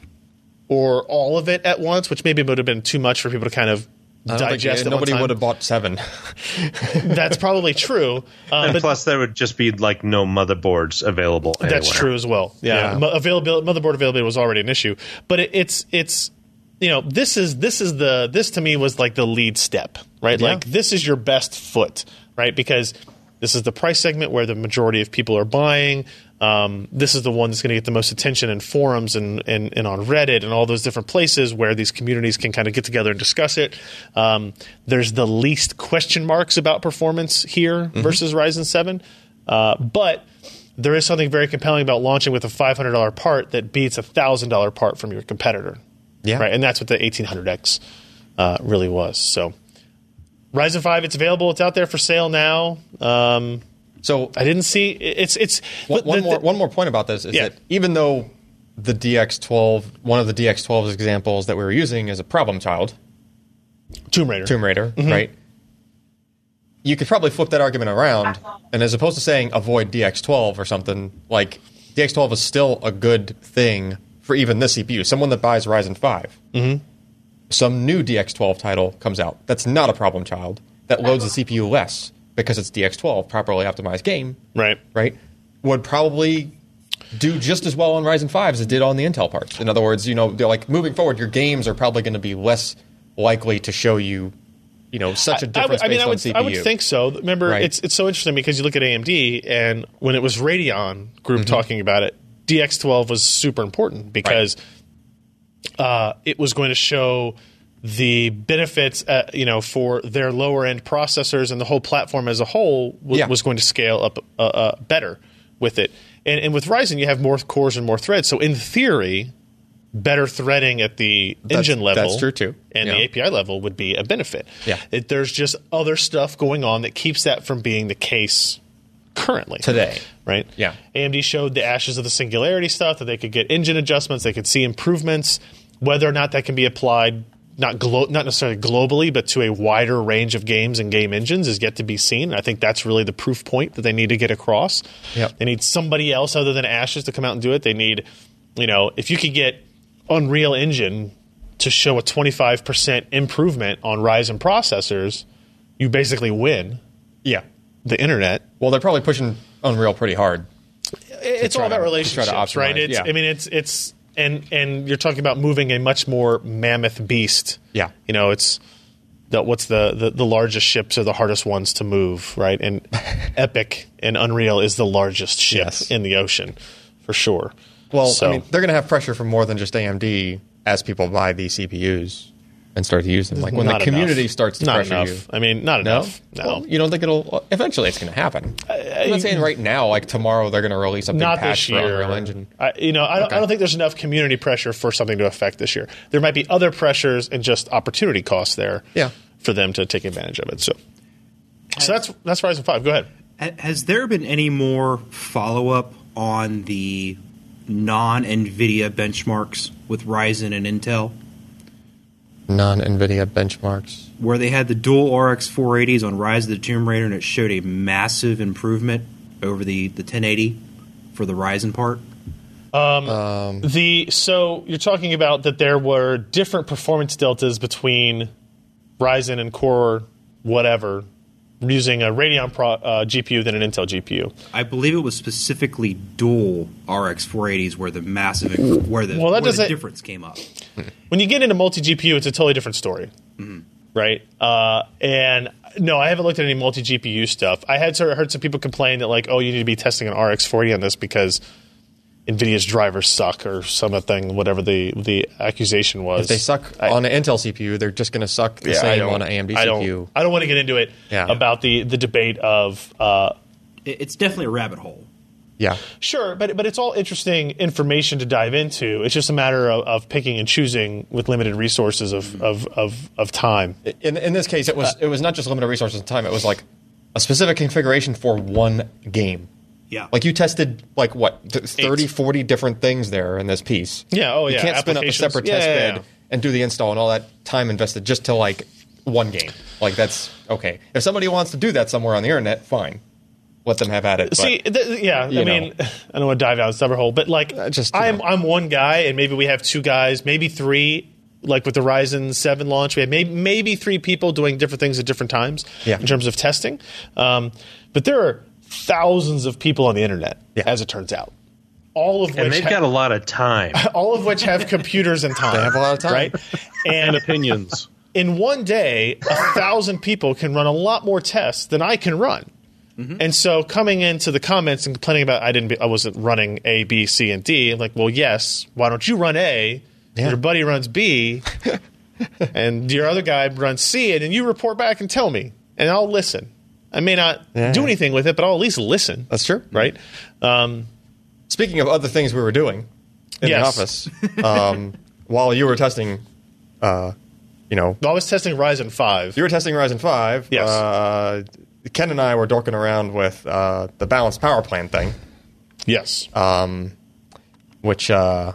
or all of it at once, which maybe would have been too much for people to kind of
I don't think-
digest. at one
nobody
time.
would have bought seven. [laughs]
That's probably true. Uh,
And
but
plus, there would just be like no motherboards available.
That's
anywhere.
true as well. Yeah,
Yeah.
Mo- availability, motherboard availability was already an issue, but it, it's it's you know this is this is the this to me was like the lead step, right? Like this is your best foot, right? Because this is the price segment where the majority of people are buying. Um, this is the one that's going to get the most attention in forums and, and, and on Reddit and all those different places where these communities can kind of get together and discuss it. Um, there's the least question marks about performance here versus Ryzen 7. Uh, but there is something very compelling about launching with a $500 part that beats a $1,000 part from your competitor.
Yeah.
Right. And that's what the 1800X uh, really was. So, Ryzen 5, it's available. It's out there for sale now. Um,
so
I didn't see it's it's
One,
the-
one
the-
more one more point about this is
Yeah.
that even though the DX12, one of the DX12's examples that we were using is a problem child,
Tomb Raider.
Tomb Raider, right? You could probably flip that argument around, and as opposed to saying avoid DX12 or something, like DX12 is still a good thing for even this CPU. Someone that buys Ryzen 5, some new DX12 title comes out. That's not a problem child. That loads the CPU less because it's DX12, properly optimized game
Right.
right, would probably do just as well on Ryzen 5 as it did on the Intel parts. In other words, you know, they're like moving forward, your games are probably going to be less likely to show you, you know, such
I,
a
would-
difference
I mean,
based
I
on
would,
CPU.
I would think so. Remember,
Right.
it's it's so interesting because you look at AMD and when it was Radeon group
Mm-hmm.
talking about it, DX12 was super important because uh, it was going to show the benefits, uh, you know, for their lower end processors and the whole platform as a whole w-
Yeah.
was going to scale up uh, uh, better with it. And, and with Ryzen, you have more cores and more threads, so in theory, better threading at the engine level.
that's true, too.
And
Yeah.
the API level would be a benefit.
Yeah.
It, there's just other stuff going on that keeps that from being the case currently.
Today.
Right?
Yeah.
AMD showed the ashes of the singularity stuff that they could get engine adjustments, they could see improvements, whether or not that can be applied not glo- not necessarily globally, but to a wider range of games and game engines is yet to be seen. And I think that's really the proof point that they need to get across.
Yep.
They need somebody else other than Ashes to come out and do it. They need, you know, if you could get Unreal Engine to show a 25% improvement on Ryzen processors, you basically win
Yeah.
the internet.
Well, they're probably pushing Unreal pretty hard.
it's all
try
about
to- to try
relationships,
to
right?
optimize,
It's,
yeah.
I mean, it's it's and and you're talking about moving a much more mammoth beast.
Yeah.
you know, it's the, what's the, the the largest ships are the hardest ones to move, right?
[laughs]
And Epic and Unreal is the largest ship
Yes.
in the ocean for sure.
Well,
So-
I mean, they're going to have pressure from more than just AMD as people buy these CPUs and start to use them. Like when the
Not
community
enough.
starts to
not
pressure
enough.
you.
I mean, not
No,
enough. No.
Well, you don't think it'll eventually? It's going to happen. I'm not saying right now. Like tomorrow, they're going to release a big
not
patch
this year.
for Unreal Engine.
I, you know, I don't, I don't think there's enough community pressure for something to affect this year. There might be other pressures and just opportunity costs there
Yeah.
for them to take advantage of it. So, so that's that's Ryzen five. Go ahead.
Ha- Has there been any more follow up on the non NVIDIA benchmarks with Ryzen and Intel?
Non Nvidia benchmarks.
Where they had the dual RX 480s on Rise of the Tomb Raider and it showed a massive improvement over the, the 1080 for the Ryzen part.
The so you're talking about that there were different performance deltas between Ryzen and Core whatever using a Radeon pro, uh, GPU than an Intel GPU.
I believe it was specifically dual RX 480s where the massive where the,
Well, that
where the
doesn't-
difference came up.
when you get into multi GPU, it's a totally different story, right? Uh, and no, I haven't looked at any multi GPU stuff. I had sort of heard some people complain that like, oh, you need to be testing an RX 40 on this because Nvidia's drivers suck or something, whatever the the accusation was.
If they suck on an Intel CPU, they're just going to suck the
I
same
don't-
on an AMD
I don't,
CPU.
I don't want to get into it
Yeah.
about the the debate of. Uh,
It, it's definitely a rabbit hole.
Yeah.
Sure, but but it's all interesting information to dive into. It's just a matter of, of picking and choosing with limited resources of of, of, of time.
In in this case, it was it was not just limited resources and time. It was like a specific configuration for one game.
Yeah.
Like you tested like what th- 30, 40 different things there in this piece.
Yeah, oh,
You
yeah,
can't spin up a
applications.
separate
Yeah,
test
yeah,
bed
yeah.
and do the install and all that time invested just to like one game. Like that's okay. If somebody wants to do that somewhere on the internet, fine. Let them have at it. but-
See, th- yeah, I
you know.
mean, [sighs] I don't want to dive down a separate hole, but like,
Uh, just, you
I'm
know.
I'm one guy, and maybe we have two guys, maybe three. Like with the Ryzen Seven launch, we had maybe, maybe three people doing different things at different times
Yeah.
in terms of testing. Um, but there are thousands of people on the internet,
Yeah.
as it turns out, all of
And
which
they've got
ha-
a lot of
[laughs]
time.
all of which have computers and time. They
have a lot of time.
right? And
Opinions.
in one day, a thousand people can run a lot more tests than I can run.
Mm-hmm.
And so coming into the comments and complaining about I didn't be, I wasn't running A, B, C, and D, I'm like, well, yes, why don't you run A?
Yeah.
Your buddy runs B,
[laughs]
and your other guy runs C, and then you report back and tell me, and I'll listen. I may not do anything with it, but I'll at least listen.
That's true.
right? Um,
Speaking of other things we were doing in
Yes.
the
[laughs]
office, um, while you were testing, uh, you know,
I was testing Ryzen five.
you were testing Ryzen five.
Yes.
Uh, Ken and I were dorking around with uh, the balanced power plan thing. um,
yes,
which uh,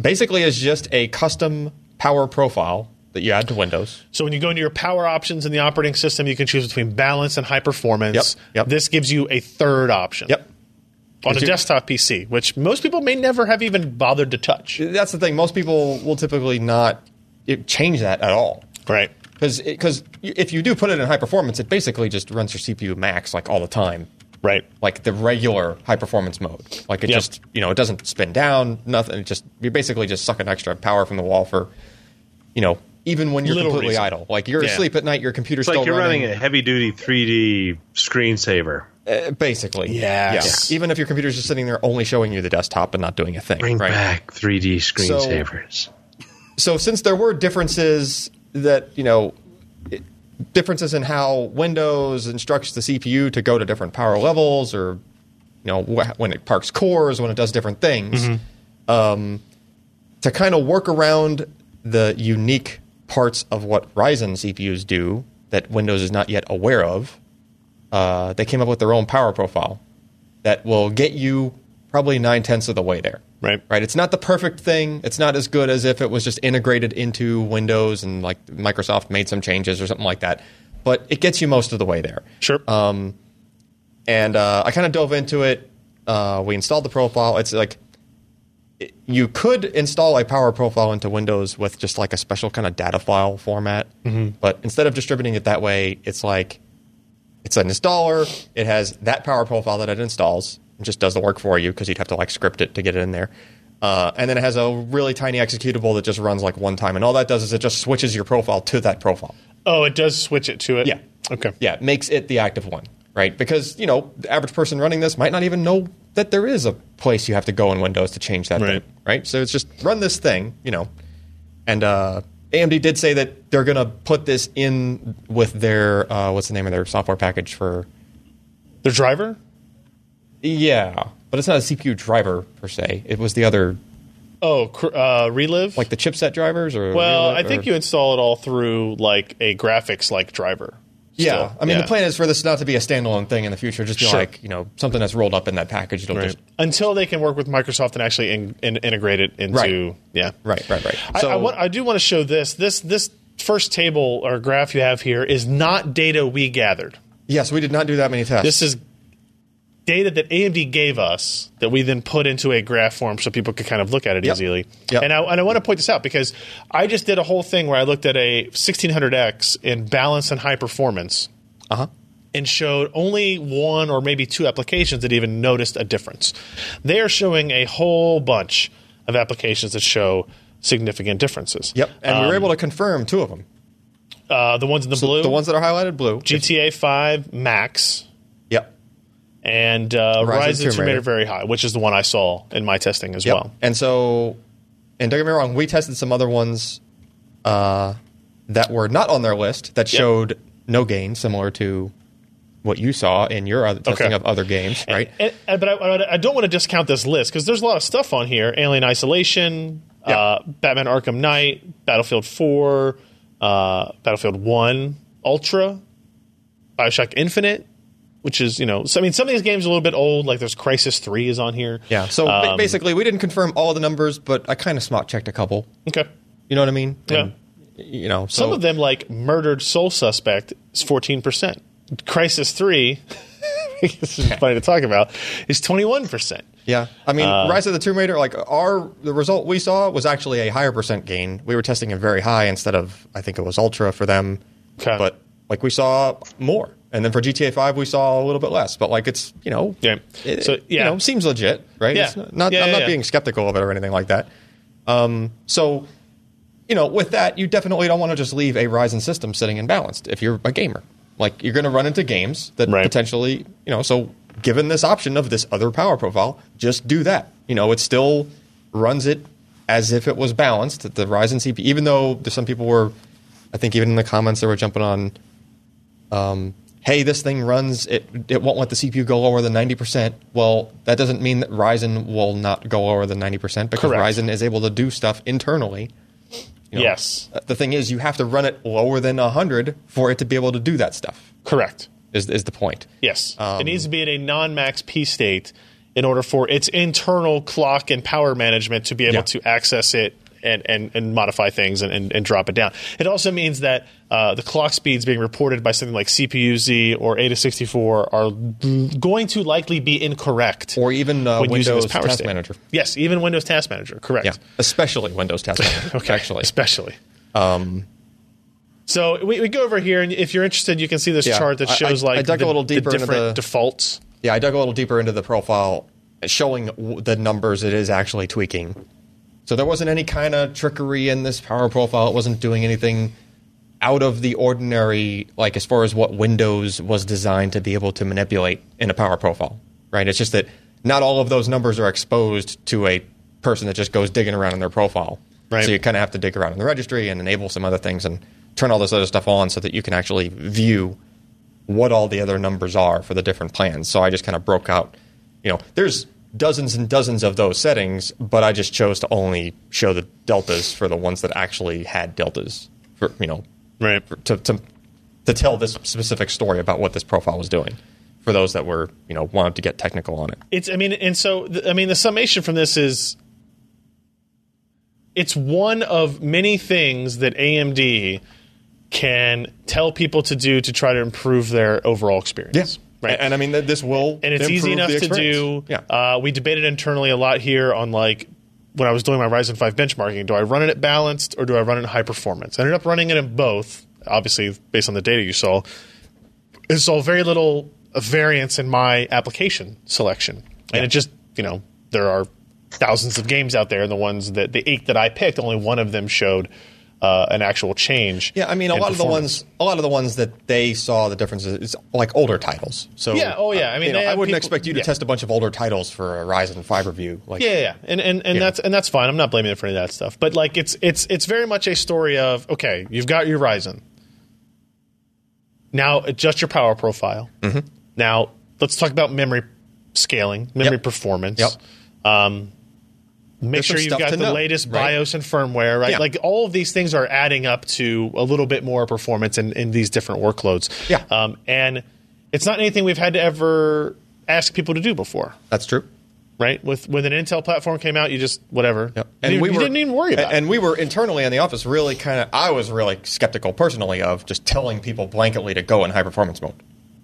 basically is just a custom power profile that you add to Windows.
So when you go into your power options in the operating system, you can choose between balance and high performance.
Yep, yep.
This gives you a third option.
Yep.
On a
If you-
desktop PC, which most people may never have even bothered to touch.
That's the thing. Most people will typically not eh, change that at all.
Right.
Because if you do put it in high performance, it basically just runs your CPU max like all the time,
Right.
like the regular high performance mode. Like it
Yep.
just you know it doesn't spin down, nothing. It just you're basically just sucking extra power from the wall for, you know, even when you're
Little
completely
reason.
idle. Like you're
Yeah.
asleep at night, your computer's
It's
still
like you're running
running
a heavy duty 3D screensaver.
Basically,
Yes.
Yeah. Even if your computer's just sitting there, only showing you the desktop and not doing a thing.
Bring
right.
back 3D screensavers.
So since there were differences that you know, it- differences in how Windows instructs the CPU to go to different power levels, or you know wh- when it parks cores, when it does different things,
Mm-hmm.
um, to kind of work around the unique parts of what Ryzen CPUs do that Windows is not yet aware of. uh, they came up with their own power profile that will get you probably nine tenths of the way there.
Right.
Right. It's not the perfect thing. It's not as good as if it was just integrated into Windows and like Microsoft made some changes or something like that. But it gets you most of the way there.
Sure.
Uh, And uh, I kind of dove into it. Uh, we installed the profile. It's like it- you could install a power profile into Windows with just like a special kind of data file format. But instead of distributing it that way, it's like It's an installer. It has that power profile that it installs. It just does the work for you because you'd have to like script it to get it in there. Uh, and then it has a really tiny executable that just runs like one time. And all that does is it just switches your profile to that profile.
Oh, it does switch it to it.
Yeah.
Okay.
Yeah, it makes it the active one, right? Because, you know, the average person running this might not even know that there is a place you have to go in Windows to change that
Right.
thing, right? So it's just run this thing, you know. And uh, AMD did say that they're going to put this in with their, uh, what's the name of their software package for
The driver.
yeah, but it's not a CPU driver per se. It was the other,
Oh, cr- uh, relive.
like the chipset drivers, or
well,
or-
I think you install it all through like a graphics like driver.
Yeah,
Still,
I mean
yeah.
the plan is for this not to be a standalone thing in the future. Just be
Sure.
like you know something that's rolled up in that package. It'll
Right.
just
Until they can work with Microsoft and actually in, in, integrate it into
Right.
yeah
right, right, right.
I, I, want, I do want to show this. This this first table or graph you have here is not data we gathered.
yes, we did not do that many tests.
This is data that AMD gave us that we then put into a graph form so people could kind of look at it
Yep.
easily.
Yep.
And I and I want to point this out because I just did a whole thing where I looked at a 1600X in balance and high performance.
Uh-huh.
And showed only one or maybe two applications that even noticed a difference. They are showing a whole bunch of applications that show significant differences.
yep, and we were able to confirm two of them.
Uh, the ones in the um, blue,
The ones that are highlighted blue.
GTA 5 Max
Yep.
and uh, Rise, of
Rise of
the
Tomb
Tomb Raider
Raider.
very high, which is the one I saw in my testing as
Yep.
well.
And so, and don't get me wrong, we tested some other ones uh, that were not on their list that
Yep.
showed no gain, similar to what you saw in your other testing
Okay.
of other games, right?
And, and- but I, I don't want to discount this list because there's a lot of stuff on here: Alien Isolation, uh, Batman Arkham Knight, Battlefield 4, uh, Battlefield 1 Ultra, Bioshock Infinite. Which is, you know, so, I mean, some of these games are a little bit old. Like, there's Crisis Three is on here.
yeah. So ba-
Um,
basically, we didn't confirm all the numbers, but I kind of smart checked a couple.
okay,
You know what I mean?
Yeah.
And, you know, so
Some of them, like murdered soul suspect, is fourteen percent. Crisis three, [laughs] this is funny to talk about, is twenty one percent.
Yeah, I mean,
Uh,
Rise of the Tomb Raider. Like our the result we saw was actually a higher percent gain. We were testing it very high instead of I think it was ultra for them.
Okay.
But like we saw more, and then for GTA Five we saw a little bit less. But like it's you know
Yeah.
it,
So,
you
yeah.
know seems legit, right?
Yeah.
It's not
Yeah,
I'm
yeah,
not
yeah.
being skeptical of it or anything like that. Um, so you know with that you definitely don't want to just leave a Ryzen system sitting imbalanced if you're a gamer. Like you're going to run into games that
Right.
potentially potentially, you know, so given this option of this other power profile, just do that. You know, it still runs it as if it was balanced. The Ryzen CPU, even though there's some people were, I think even in the comments they were jumping on, um, hey, this thing runs, it, it won't let the CPU go lower than 90%. Well, that doesn't mean that Ryzen will not go lower than 90% because
Correct.
Ryzen is able to do stuff internally you know.
Yes.
The thing is, you have to run it lower than 100 for it to be able to do that stuff,
Correct.
is, is the point.
Yes, it
Um,
needs to be in a non max P state in order for its internal clock and power management to be able
Yeah.
to access it. And, and, and modify things and, and, and drop it down. It also means that uh, the clock speeds being reported by something like CPU Z or Ada 64 are l- going to likely be incorrect.
Or even, uh,
when using this
Windows Task
state.
Manager.
Yes, even Windows Task Manager, correct.
Yeah, especially
[laughs]
Windows Task Manager.
Okay.
Actually,
Especially. Um, so we, we go over here, and if you're interested, you can see this
Yeah,
chart that
I- I-
shows
I
like
dug a
the,
little
the
deeper into
different
the-
defaults.
yeah, I dug a little deeper into the profile, showing w- the numbers it is actually tweaking. So there wasn't any kind of trickery in this power profile. It wasn't doing anything out of the ordinary, like as far as what Windows was designed to be able to manipulate in a power profile, right? It's just that not all of those numbers are exposed to a person that just goes digging around in their profile.
Right.
So you kind of have to dig around in the registry and enable some other things and turn all this other stuff on so that you can actually view what all the other numbers are for the different plans. So I just kind of broke out, you know, there's dozens and dozens of those settings, but I just chose to only show the deltas for the ones that actually had deltas for, you know,
Right.
to, to, to tell this specific story about what this profile was doing for those that were, you know, wanted to get technical on it.
it's i mean and so th- i mean the summation from this is it's one of many things that amd can tell people to do to try to improve their overall experience
Right. And, and I mean, th- this will.
and it's easy enough
improve the
to do.
experience. Yeah.
Uh, we debated internally a lot here on like when I was doing my Ryzen 5 benchmarking do I run it at balanced or do I run it at high performance? I ended up running it in both, obviously, based on the data you saw. And so very little uh, variance in my application selection. And it just, you know, there are thousands of games out there, and the ones that the eight that I picked, only one of them showed uh, an actual change.
Yeah, I mean, a
in
lot of the
performance.
ones, a lot of the ones that they saw the differences is like older titles. So
Yeah, oh, yeah. I
uh,
mean,
you know,
they
I
have
wouldn't
people-
expect you to
yeah.
test a bunch of older titles for a Ryzen five review. Like,
Yeah, yeah, yeah, and and, and that's and that's fine. I'm not blaming it for any of that stuff. But like, it's it's it's very much a story of okay, you've got your Ryzen. Now adjust your power profile.
Mm-hmm.
Now let's talk about memory scaling, memory
Yep.
performance.
Yep.
Um, make
There's
sure
some
you've
stuff
got
to
the
know,
latest
right?
BIOS and firmware, right?
Yeah.
Like all of these things are adding up to a little bit more performance in, in these different workloads.
Yeah.
Um, and it's not anything we've had to ever ask people to do before
that's true.
right? With when an Intel platform came out, you just whatever,
Yep.
and you, we didn't even worry about.
and, and we were internally in the office really kind of. I was really skeptical personally of just telling people blanketly to go in high performance mode.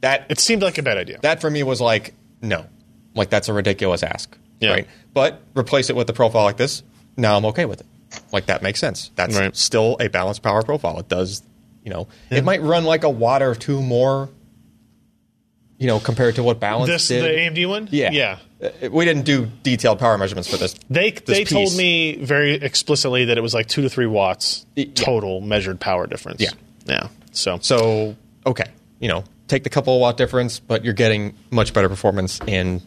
That
it. it seemed like a bad idea.
that for me was like no, like that's a ridiculous ask.
Yeah.
Right, but replace it with a profile like this. Now I'm okay with it. Like that makes sense. That's
Right.
still a balanced power profile. It does, you know, it might run like a watt or two more. You know, compared to what balance
this the
did.
AMD one,
yeah,
yeah.
Uh, We didn't do detailed power measurements for this.
They they
piece.
told me very explicitly that it was like two to three watts
Y- yeah.
total measured power difference.
Yeah.
yeah. So,
So okay, you know, take the couple of watt difference, but you're getting much better performance in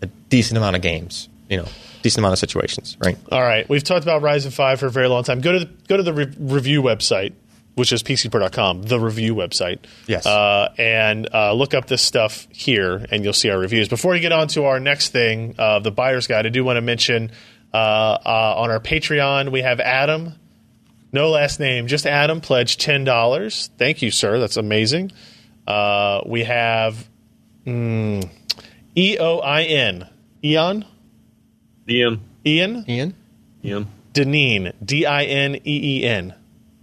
a decent amount of games. You know, decent amount of situations, right?
all right, we've talked about Ryzen five for a very long time. Go to the go to the re- review website. Which is pcpro.com, the review website.
Yes.
Uh, and uh, look up this stuff here, and you'll see our reviews. Before we get on to our next thing, uh, the buyer's guide, I do want to mention uh, uh, on our Patreon, we have Adam No last name, just Adam pledged ten dollars. Thank you, sir. That's amazing. Uh, we have mm, E O I N, Eon,
Ian.
Ian,
Ian,
Ian.
Deneen, D I N E E N.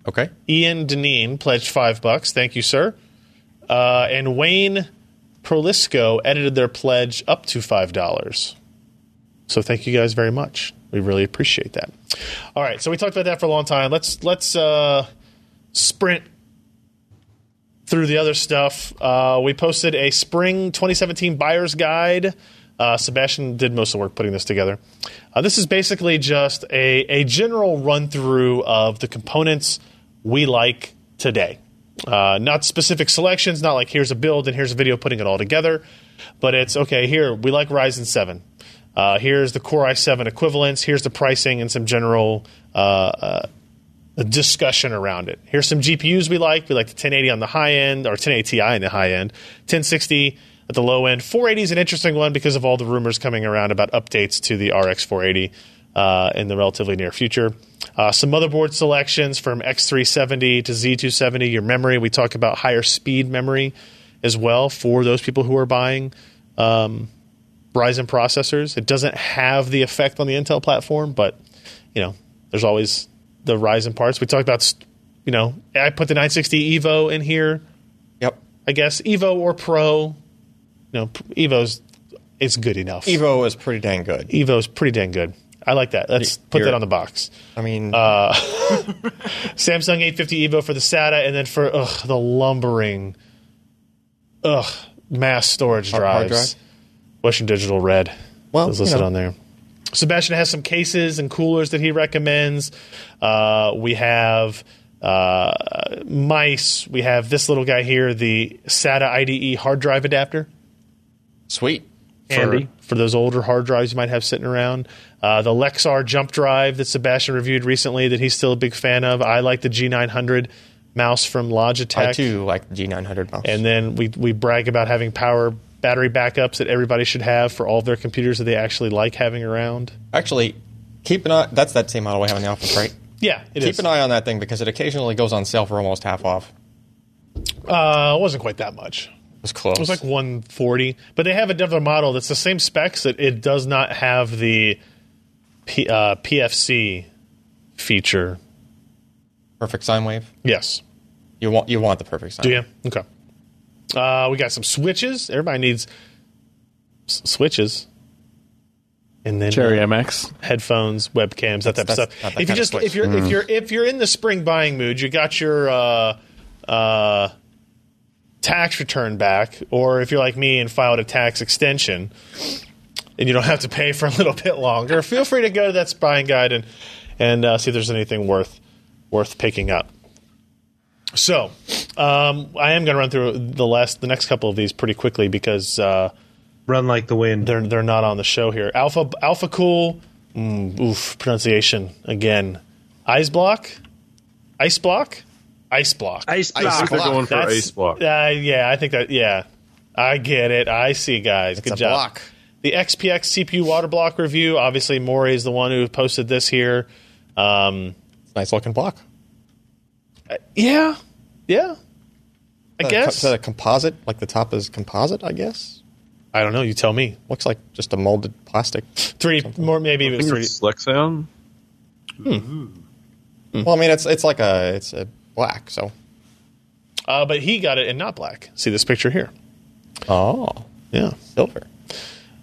okay,
Ian Deneen pledged five bucks. Thank you, sir. Uh, and Wayne Prolisco edited their pledge up to five dollars. So thank you guys very much. We really appreciate that. All right, so we talked about that for a long time. Let's let's uh, sprint through the other stuff. Uh, we posted a spring 2017 buyer's guide. Uh, Sebastian did most of the work putting this together. Uh, this is basically just a, a general run through of the components we like today. Uh, not specific selections, not like here's a build and here's a video putting it all together, but it's okay, here, we like Ryzen 7. Uh, here's the Core i7 equivalents, here's the pricing and some general uh, uh, a discussion around it. Here's some GPUs we like. We like the 1080 on the high end, or 1080 Ti on the high end, 1060 at the low end. 480 is an interesting one because of all the rumors coming around about updates to the RX 480 uh, in the relatively near future. Uh, some motherboard selections from X370 to Z270. Your memory. We talk about higher speed memory as well for those people who are buying Ryzen processors. It doesn't have the effect on the Intel platform, but you know, there's always the Ryzen parts. We talked about, st- you know, I put the 960 Evo in here.
yep.
I guess Evo or Pro. You know, P- Evo's it's good enough.
Evo is pretty dang good.
Evo's pretty dang good. I like that. Let's put
you're-
that on the box.
I mean,
Uh, Samsung 850 Evo for the SATA, and then for ugh, the lumbering, ugh, mass storage
Hard-
drives.
hard drive?
Western Digital Red.
Well,
is
you
listed
know.
on there. Sebastian has some cases and coolers that he recommends. Uh, we have uh, mice. We have this little guy here, the SATA IDE hard drive adapter
sweet.
for, for those older hard drives you might have sitting around. Uh, the Lexar jump drive that Sebastian reviewed recently that he's still a big fan of. I like the G900 mouse from Logitech.
I too like the G900 mouse.
And then we, we brag about having power battery backups that everybody should have for all of their computers that they actually like having around.
actually, keep an eye. That's that same model we have in the office, right?
Yeah, it
keep
is.
an eye on that thing because it occasionally goes on sale for almost half off.
Uh, it wasn't quite that much.
It was close.
It was like 140, but they have another model that's the same specs. That it does not have the P, uh, PFC feature.
perfect sine wave.
Yes,
You want you want the perfect sine.
Do
wave.
you? Okay. Uh, we got some switches. Everybody needs s- switches. And then
Cherry MX.
headphones, webcams, that type of
That's-
stuff.
not
If
that
you
kind of
just
switch.
if you're if you're if you're in the spring buying mood, you got your uh, uh, tax return back, or if you're like me and filed a tax extension and you don't have to pay for a little bit longer, feel free to go to that spying guide and and uh, see if there's anything worth worth picking up. So, um, I am going to run through the last the next couple of these pretty quickly because uh,
Run like the wind.
they're they're not on the show here. Alpha Alpha Cool, mm, oof, pronunciation again. Ice block, ice block, ice block.
Ice
Ice
block.
They're
block.
going for
That's-
Ace Block.
Uh, yeah, I think that. Yeah, I get it. I see, guys. Good
a
job.
block.
The XPX CPU water block review. Obviously, Maury is the one who posted this here. Um,
Nice looking block.
yeah, yeah. I guess.
Is that a composite? Like the top is composite, I guess?
I don't know. You tell me.
Looks like just a molded plastic.
Three more, maybe it
I
was
think
three.
it's Lexan.
Hmm.
Well, I mean, it's it's like a it's a black. So
Uh, but he got it in not black. See this picture here.
oh,
Yeah.
silver.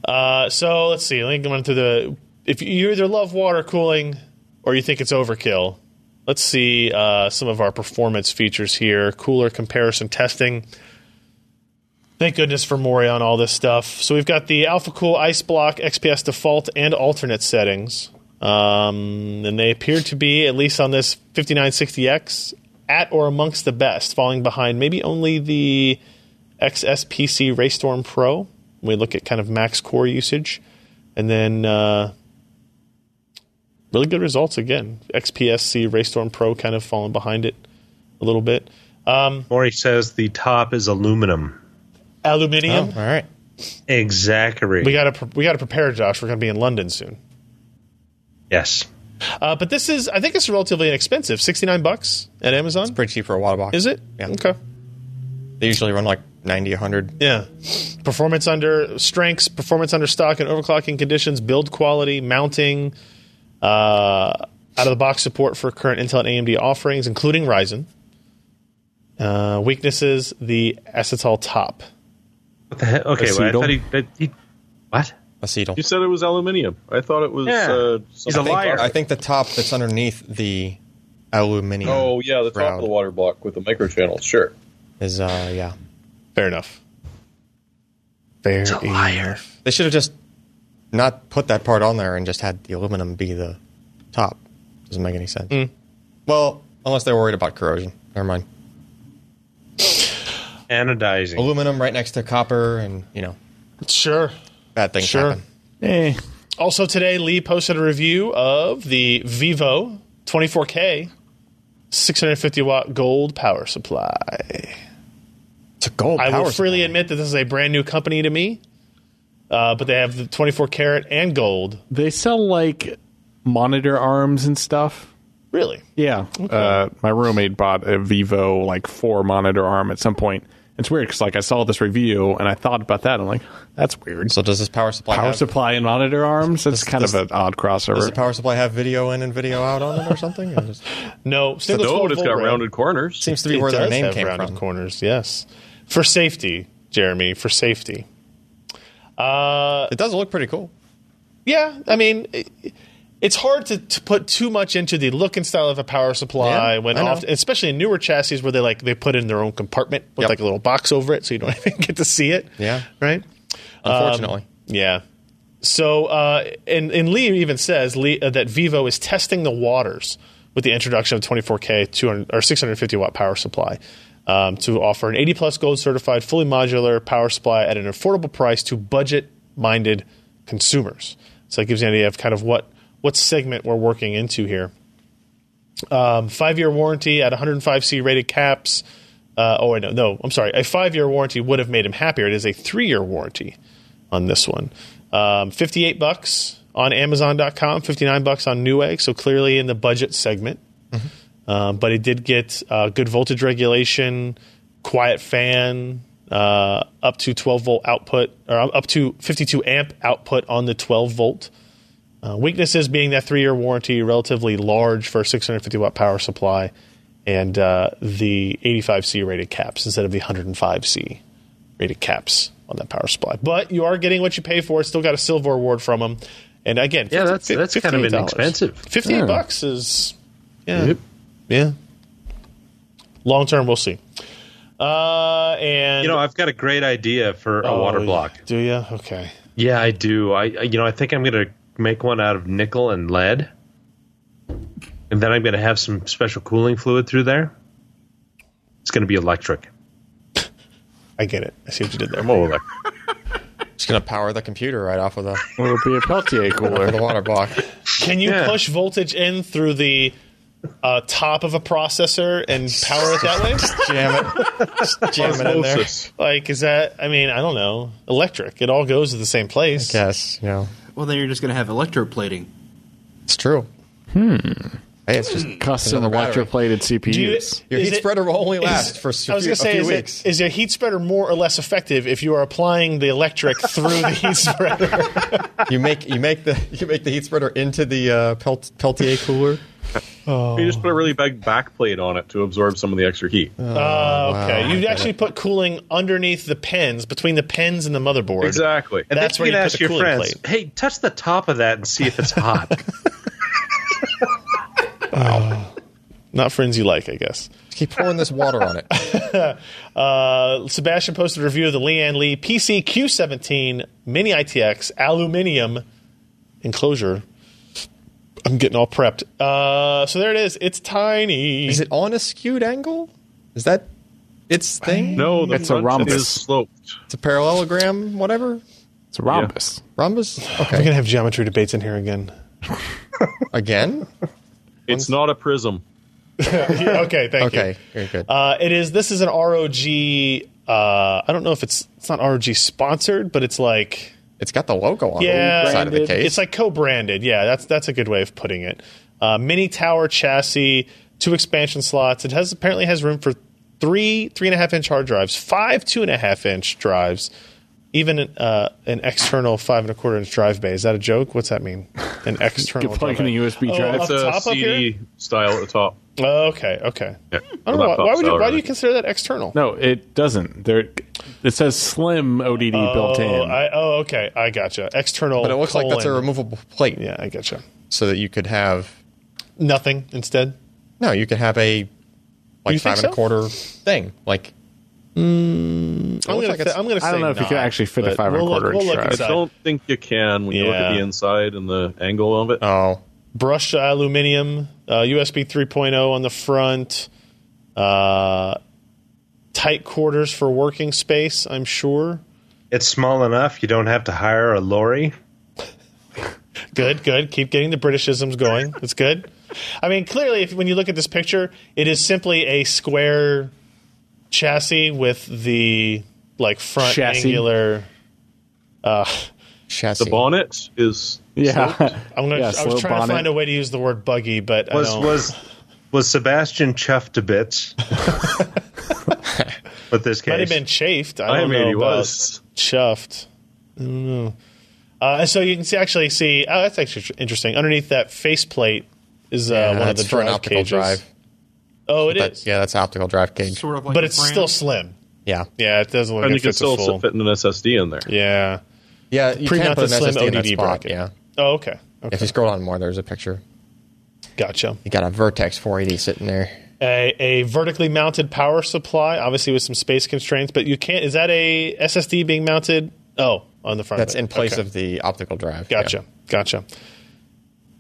Uh, so let's see. Let me go into the. If you either love water cooling or you think it's overkill, let's see uh, some of our performance features here. Cooler comparison testing. Thank goodness for Mori on all this stuff. So we've got the AlphaCool Ice Block XPS default and alternate settings, um, and they appear to be at least on this 5960X at or amongst the best, falling behind maybe only the XSPC Raystorm Pro. We look at kind of max core usage, and then uh, really good results again. XPSC Raystorm Pro kind of falling behind it a little bit.
Maury says the top is aluminum.
Aluminium.
Oh, All right.
Exactly.
Oh, We gotta we gotta prepare, Josh. We're gonna be in London soon.
yes.
Uh, but this is I think it's relatively inexpensive, sixty nine bucks at Amazon.
Pretty cheap for a water box.
is it?
Yeah.
Okay.
They usually run like 90, 100.
Yeah. Performance under strengths, performance under stock and overclocking conditions, build quality, mounting, uh, out of the box support for current Intel and AMD offerings, including Ryzen. Uh, weaknesses: the acetal top.
What the heck? Okay, well, I
Acetal.
thought he, that he. What?
Acetal.
You said it was aluminium. I thought it was.
Yeah.
Uh,
He's a
something-
liar.
I think the top that's underneath the aluminum
Oh yeah, the top of
Round.
the water block with the microchannel. Sure.
is uh yeah.
Fair enough. Fair
a liar.
enough.
They should have just not put that part on there and just had the aluminum be the top. Doesn't make any sense.
Mm.
Well, unless they're worried about corrosion. Never mind.
Anodizing.
Aluminum right next to copper and, you know,
Sure.
bad things
Sure.
happen.
Eh.
Also today, Lee posted a review of the Vivo 24K 650 watt gold power supply.
It's a gold
I
power
will freely
supply.
admit that this is a brand new company to me, uh, but they have the 24 karat and gold.
They sell like monitor arms and stuff.
Really?
Yeah. Uh, my roommate bought a Vivo like four monitor arm at some point. It's weird because like I saw this review and I thought about that. I'm like, that's weird.
So does this power supply
power
have,
supply and monitor arms. That's kind
does-
of an odd crossover.
does the power supply have video in and video out on it or something? Or [laughs] just-
No, single
No, but it's got
volt
rounded corners.
seems to be where
it
their
does
name
have
came
rounded
from.
corners. Yes, for safety, Jeremy, for safety.
It does look pretty cool.
Yeah, I mean, it, it's hard to, to put too much into the look and style of a power supply
Yeah,
when
I know.
often, especially in newer chassis where they like they put in their own compartment with
Yep.
like a little box over it, so you don't [laughs] even get to see it.
Yeah.
Right.
Um,
Unfortunately.
Yeah. So, uh, and, and Lee even says Lee, uh, that Vivo is testing the waters with the introduction of 24K 200, or 650 watt power supply um, to offer an 80 plus gold certified, fully modular power supply at an affordable price to budget minded consumers. So that gives you an idea of kind of what, what segment we're working into here five year Um, warranty at 105C rated caps. Uh, oh, I know. No, I'm sorry. A five year warranty would have made him happier. It is a three year warranty on this one. Um, 58 bucks on Amazon.com, 59 bucks on Newegg. So clearly in the budget segment. Um, but it did get uh, good voltage regulation, quiet fan, uh, up to 12 volt output, or up to 52 amp output on the 12 volt. Uh, weaknesses being that three year warranty, relatively large for a 650 watt power supply, and uh, the 85C rated caps instead of the 105C rated caps on that power supply. But you are getting what you pay for. It's still got a silver award from them. And again,
Yeah, that's- that's kind of
$58.
inexpensive.
58
Yeah.
bucks is. Yeah. Yeah. Long term, we'll see. Uh, and
You know, I've got a great idea for a water
Oh,
block.
Do you? Okay.
Yeah, I do. I I- you know I think I'm gonna make one out of nickel and lead, and then I'm gonna have some special cooling fluid through there. It's gonna be electric.
I get it. I see what you did there.
I'm all electric.
Just gonna power the computer right off of the,
It'll be a [laughs] Peltier
off of
cooler.
the water block.
Can you
Yeah.
push voltage in through the uh, top of a processor and power it [laughs] that way?
Jam it. Just jam it in there.
Osmosis.
Like, is that? I mean, I don't know. Electric. It all goes to the same place.
[laughs] Yes, you know.
Well, then you're just going to have electroplating.
It's true. Hmm. Hey, it's just
Custom
Another battery.
electroplated CPUs.
Do you-
your
is
heat
it-
spreader will only
is-
last
I
for
was
a few,
gonna say,
a few
is, it-
weeks.
is your heat spreader more or less effective if you are applying the
[laughs]
electric through the heat spreader?
you make you make the [laughs] you make the heat spreader into the uh, Pelt, Peltier cooler.
Oh. You just put a really big backplate on it to absorb some of the extra heat.
okay, you've actually put cooling underneath the pins, between the pins and the motherboard.
exactly.
And
That's
then you
where you
can
put
ask
the
your
cooling
friends, "Hey, touch the top of that and see if it's hot."
Not friends you like, I guess.
Just keep pouring this water on it.
Uh, Sebastian posted a review of the Leanne Lee PCQ17 Mini ITX aluminum enclosure. I'm getting all prepped. Uh, so there it is. It's tiny.
Is it on a skewed angle? Is that its thing?
[laughs] No, the
It's a
front
rhombus.
is sloped.
It's a parallelogram, whatever.
it's a rhombus.
Rhombus.
We're
Okay.
gonna have geometry debates in here again.
[laughs] Again.
It's not a prism.
Yeah, okay, thank you.
Okay. Very good.
Uh, it is. This is an ROG. Uh, I don't know if it's it's not ROG sponsored, but it's like
it's got the logo on
yeah,
the side of the case.
It's like co-branded. Yeah, that's that's a good way of putting it. Uh, mini tower chassis, two expansion slots. It has apparently has room for three three and a half inch hard drives, five two and a half inch drives, even an, uh, an external five and a quarter inch drive bay. Is that a joke? What's that mean?
[laughs]
An external.
You're plugging
drive bay.
a USB
Oh,
drive.
up
It's
uh,
a
top up here?
CD style at the top.
Oh, okay, okay.
Yeah,
I don't know why,
laptop
why would you
style,
why do
really.
you consider that external?
No, it doesn't. There, it says slim ODD built in.
Oh, I, oh, okay. I gotcha. External.
but it looks like that's a
colon.
removable plate,
Yeah, I gotcha.
so that you could have
Nothing instead.
no, you could have a like
You think
five and a
so?
quarter thing. Like
I'm
looks
gonna.
like
th-
it's-
I'm gonna. Say
I don't know if you
not,
could actually fit a
but
five and a
we'll look-
quarter
we'll
inch
look
drive.
I don't think you can when you look at
Yeah.
the inside and the angle of it.
oh,
brushed aluminum, uh, USB 3.0 on the front, uh, tight quarters for working space. I'm sure.
it's small enough you don't have to hire a lorry.
Good, good. Keep getting the Britishisms going. It's good. I mean, clearly, if when you look at this picture, it is simply a square chassis with the like front
Chassis.
angular.
chassis.
The bonnet is
[laughs]
[laughs]
yeah,
I'm gonna,
Yeah,
I was
slow
trying
bonnet.
to find a way to use the word buggy, but I
Was
don't.
was was Sebastian chuffed
[laughs]
to bits with this
might have
case?
been chafed. I,
I
don't
mean
know
he
about
was.
chuffed. I don't know. Uh, and so you can see, actually see. Oh, that's actually tr- interesting. Underneath that faceplate is uh,
Yeah,
one of
that's
the
for
drive
an optical
cages.
drive.
Oh, it
That's,
is.
yeah, that's optical drive cage.
Sort of like
but
a
it's
Fran.
still slim.
Yeah,
Yeah, it doesn't look.
And
like it
you can
fits a
still
full.
fit an SSD in there.
Yeah.
yeah. You
Pre-
can
not
put an
the slim
SSD in that
ODD
spot.
bracket.
Yeah.
Oh, okay.
If
Okay.
you scroll down more, there's a picture.
Gotcha.
You got a Vertex 480 sitting there.
A, a vertically mounted power supply, obviously with some space constraints, but you can't. Is that a SSD being mounted? Oh, on the front.
That's
of it.
in place
Okay.
of the optical drive. yeah.
Gotcha. Gotcha.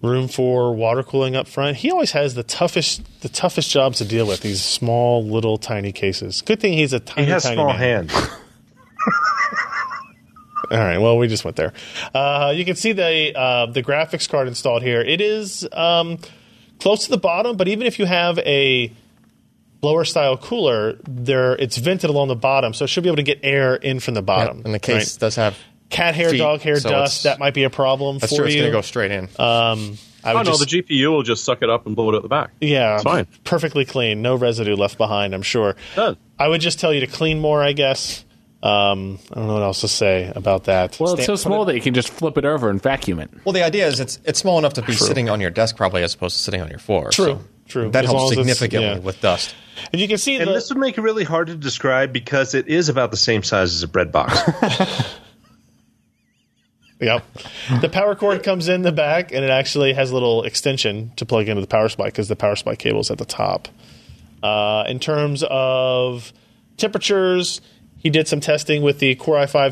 Room for water cooling up front. He always has the toughest the toughest jobs to deal with, these small little tiny cases. Good thing he's a tiny
he has
tiny
small
man. [laughs]
hands.
All right, well, we just went there. Uh, you can see the uh, the graphics card installed here. It is um, close to the bottom, but even if you have a blower style cooler, there it's vented along the bottom, so it should be able to get air in from the
Yeah,
bottom.
and the case does have.
right? cat hair,
feet,
dog hair,
so it's-
dust that might be a problem
That's
for
true. It's
you.
going to go straight in.
E I would
Oh no,
just-
the GPU will just suck it up and blow it out the back.
Yeah,
It's fine.
Perfectly clean, no residue left behind. I'm sure.
Done.
I would just tell you to clean more. I guess. Um, I don't know what else to say about that.
[laughs] well, it's
Sta-
so small that you can just flip it over and vacuum it.
well, the idea is it's it's small enough to be sitting on your desk probably as opposed to sitting on your floor.
True,
so
true.
That
As long
helps
as it's-
significantly
yeah.
with dust.
and you can see
And
the-
this would make it really hard to describe because it is about the same size as a
[laughs]
bread box.
Yep. The power cord comes in the back, and it actually has a little extension to plug into the power supply because the power supply cable is at the top. Uh, in terms of temperatures. He did some testing with the Core i5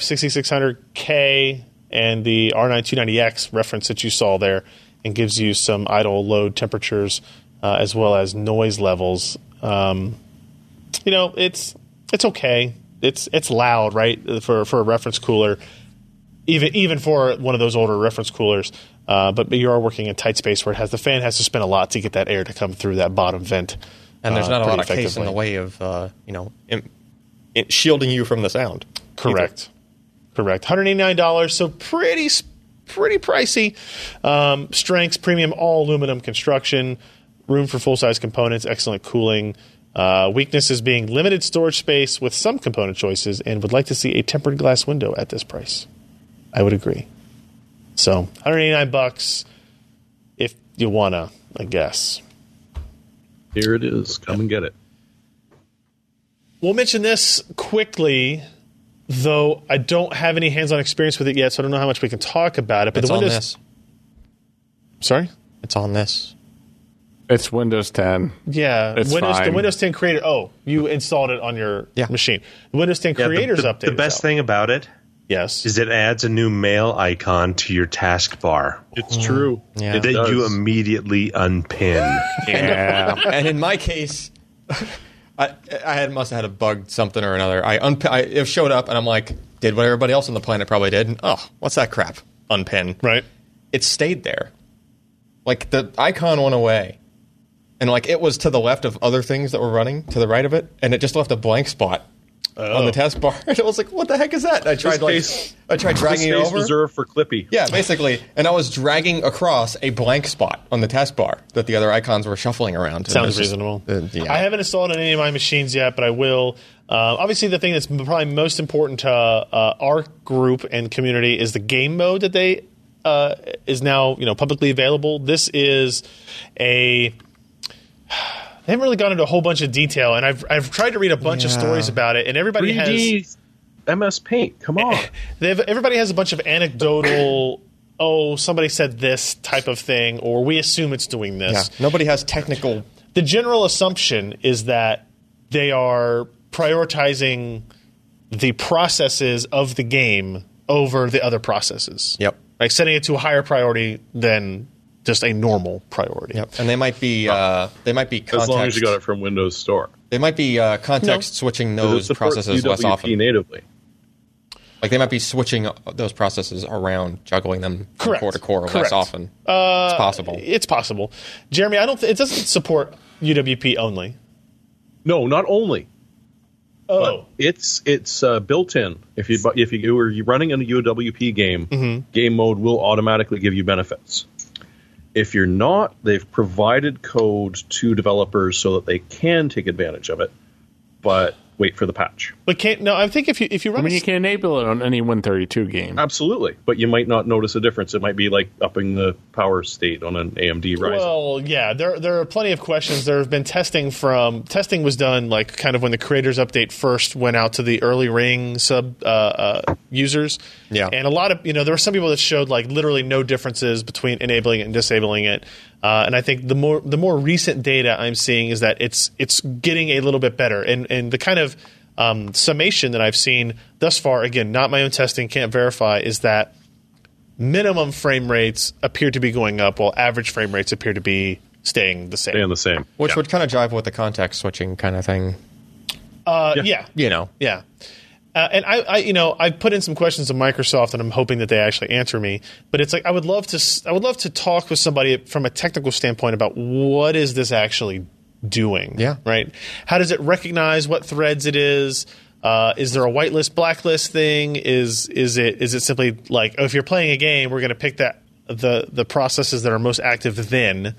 6600K and the R9 290X reference that you saw there, and gives you some idle load temperatures uh, as well as noise levels. Um, you know, it's it's okay. It's it's loud, right? For for a reference cooler, even even for one of those older reference coolers. Uh, but you are working in tight space where it has the fan has to spin a lot to get that air to come through that bottom vent.
and there's
uh,
not a
pretty
lot of case in
effectively.
the way of uh, you know im it shielding you from the sound.
Correct. Correct. Hundred eighty nine dollars. So pretty, s- pretty pricey. Um, strengths premium all aluminum construction. Room for full size components. Excellent cooling. Uh, weaknesses being limited storage space with some component choices, and would like to see a tempered glass window at this price. I would agree. So 189 bucks if you wanna, I guess.
Here it is. Come and get it.
We'll mention this quickly, though I don't have any hands-on experience with it yet, so I don't know how much we can talk about it. But
It's
the
on
Windows,
this.
sorry,
It's on this.
It's Windows 10.
yeah,
It's
Windows, the
fine.
Windows 10 Creator. Oh, you installed it on your
Yeah.
machine. The Windows 10
Yeah, the-
Creators
the,
update.
The best thing about it
yes,
is it adds a new mail icon to your taskbar
It's true.
Yeah.
that
does.
you immediately unpin.
Yeah.
and in my case, I I had must have had a bug something or another. I unpin. I it showed up, and I'm like, did what everybody else on the planet probably did. And, oh, what's that crap? Unpin.
right.
It stayed there. Like the icon went away, and like it was to the left of other things that were running to the right of it, and it just left a blank spot. On the test bar, [laughs] and I was like, "What the heck is that?" And I tried like,
case-
I tried
This
dragging it
case
over.
reserved for Clippy.
Yeah, basically. And I was dragging across a blank spot on the taskbar that the other icons were shuffling around. And it was
Sounds
just-
reasonable.
uh, yeah.
I haven't installed it on any of my machines yet, but I will. Uh, obviously, the thing that's m- probably most important to uh, our group and community is the game mode that they uh, is now you know publicly available. This is a they haven't really gone into a whole bunch of detail, and I've I've tried to read a bunch of
Yeah.
stories about it, and everybody has
3D MS Paint. Come [laughs] on.
they've, everybody has a bunch of anecdotal. Oh, somebody said this type of thing, or we assume it's doing
Yeah.
this
Nobody has technical.
the general assumption is that they are prioritizing the processes of the game over the other processes.
Yep.
Like setting it to a higher priority than just a normal priority.
Yep. And they might be uh, they might be
As
context,
long as you got it from Windows Store.
they might be uh, context switching
Because it
those
supports
processes less
UWP
often.
natively.
Like they might be switching uh, those processes around, juggling them from
Correct.
core to core
Correct.
less often. Uh, it's possible.
It's possible. Jeremy, I don't th- it doesn't support UWP only.
No, not only.
Oh.
It's it's uh, built in. If you bu- if you were running a UWP game, game mode will automatically give you benefits. If you're not, they've provided code to developers so that they can take advantage of it, but wait for the patch.
But can't no, I think if you if you
I
run
mean,
a
you can enable it on any 132 game.
Uh,
Absolutely, but you might not notice a difference. It might be like upping the power state on an AMD Ryzen.
Well, yeah, there there are plenty of questions. There have been testing from testing was done like kind of when the creators update first went out to the early ring sub uh, uh, users.
Yeah.
and a lot of you know there were some people that showed like literally no differences between enabling it and disabling it. Uh, and I think the more the more recent data I'm seeing is that it's it's getting a little bit better. And and the kind of um, summation that I've seen thus far, again, not my own testing, can't verify, is that minimum frame rates appear to be going up while average frame rates appear to be staying the same.
and the same.
Which would kind of jive with the context switching kind of thing.
Uh, yeah.
You know.
Yeah. Uh, and I, I, you know, I put in some questions to Microsoft, and I'm hoping that they actually answer me. But it's like I would love to, s- I would love to talk with somebody from a technical standpoint about what is this actually doing?
Yeah.
right. How does it recognize what threads it is? Uh, is there a whitelist blacklist thing? Is is it is it simply like oh, if you're playing a game, we're going to pick that the the processes that are most active then,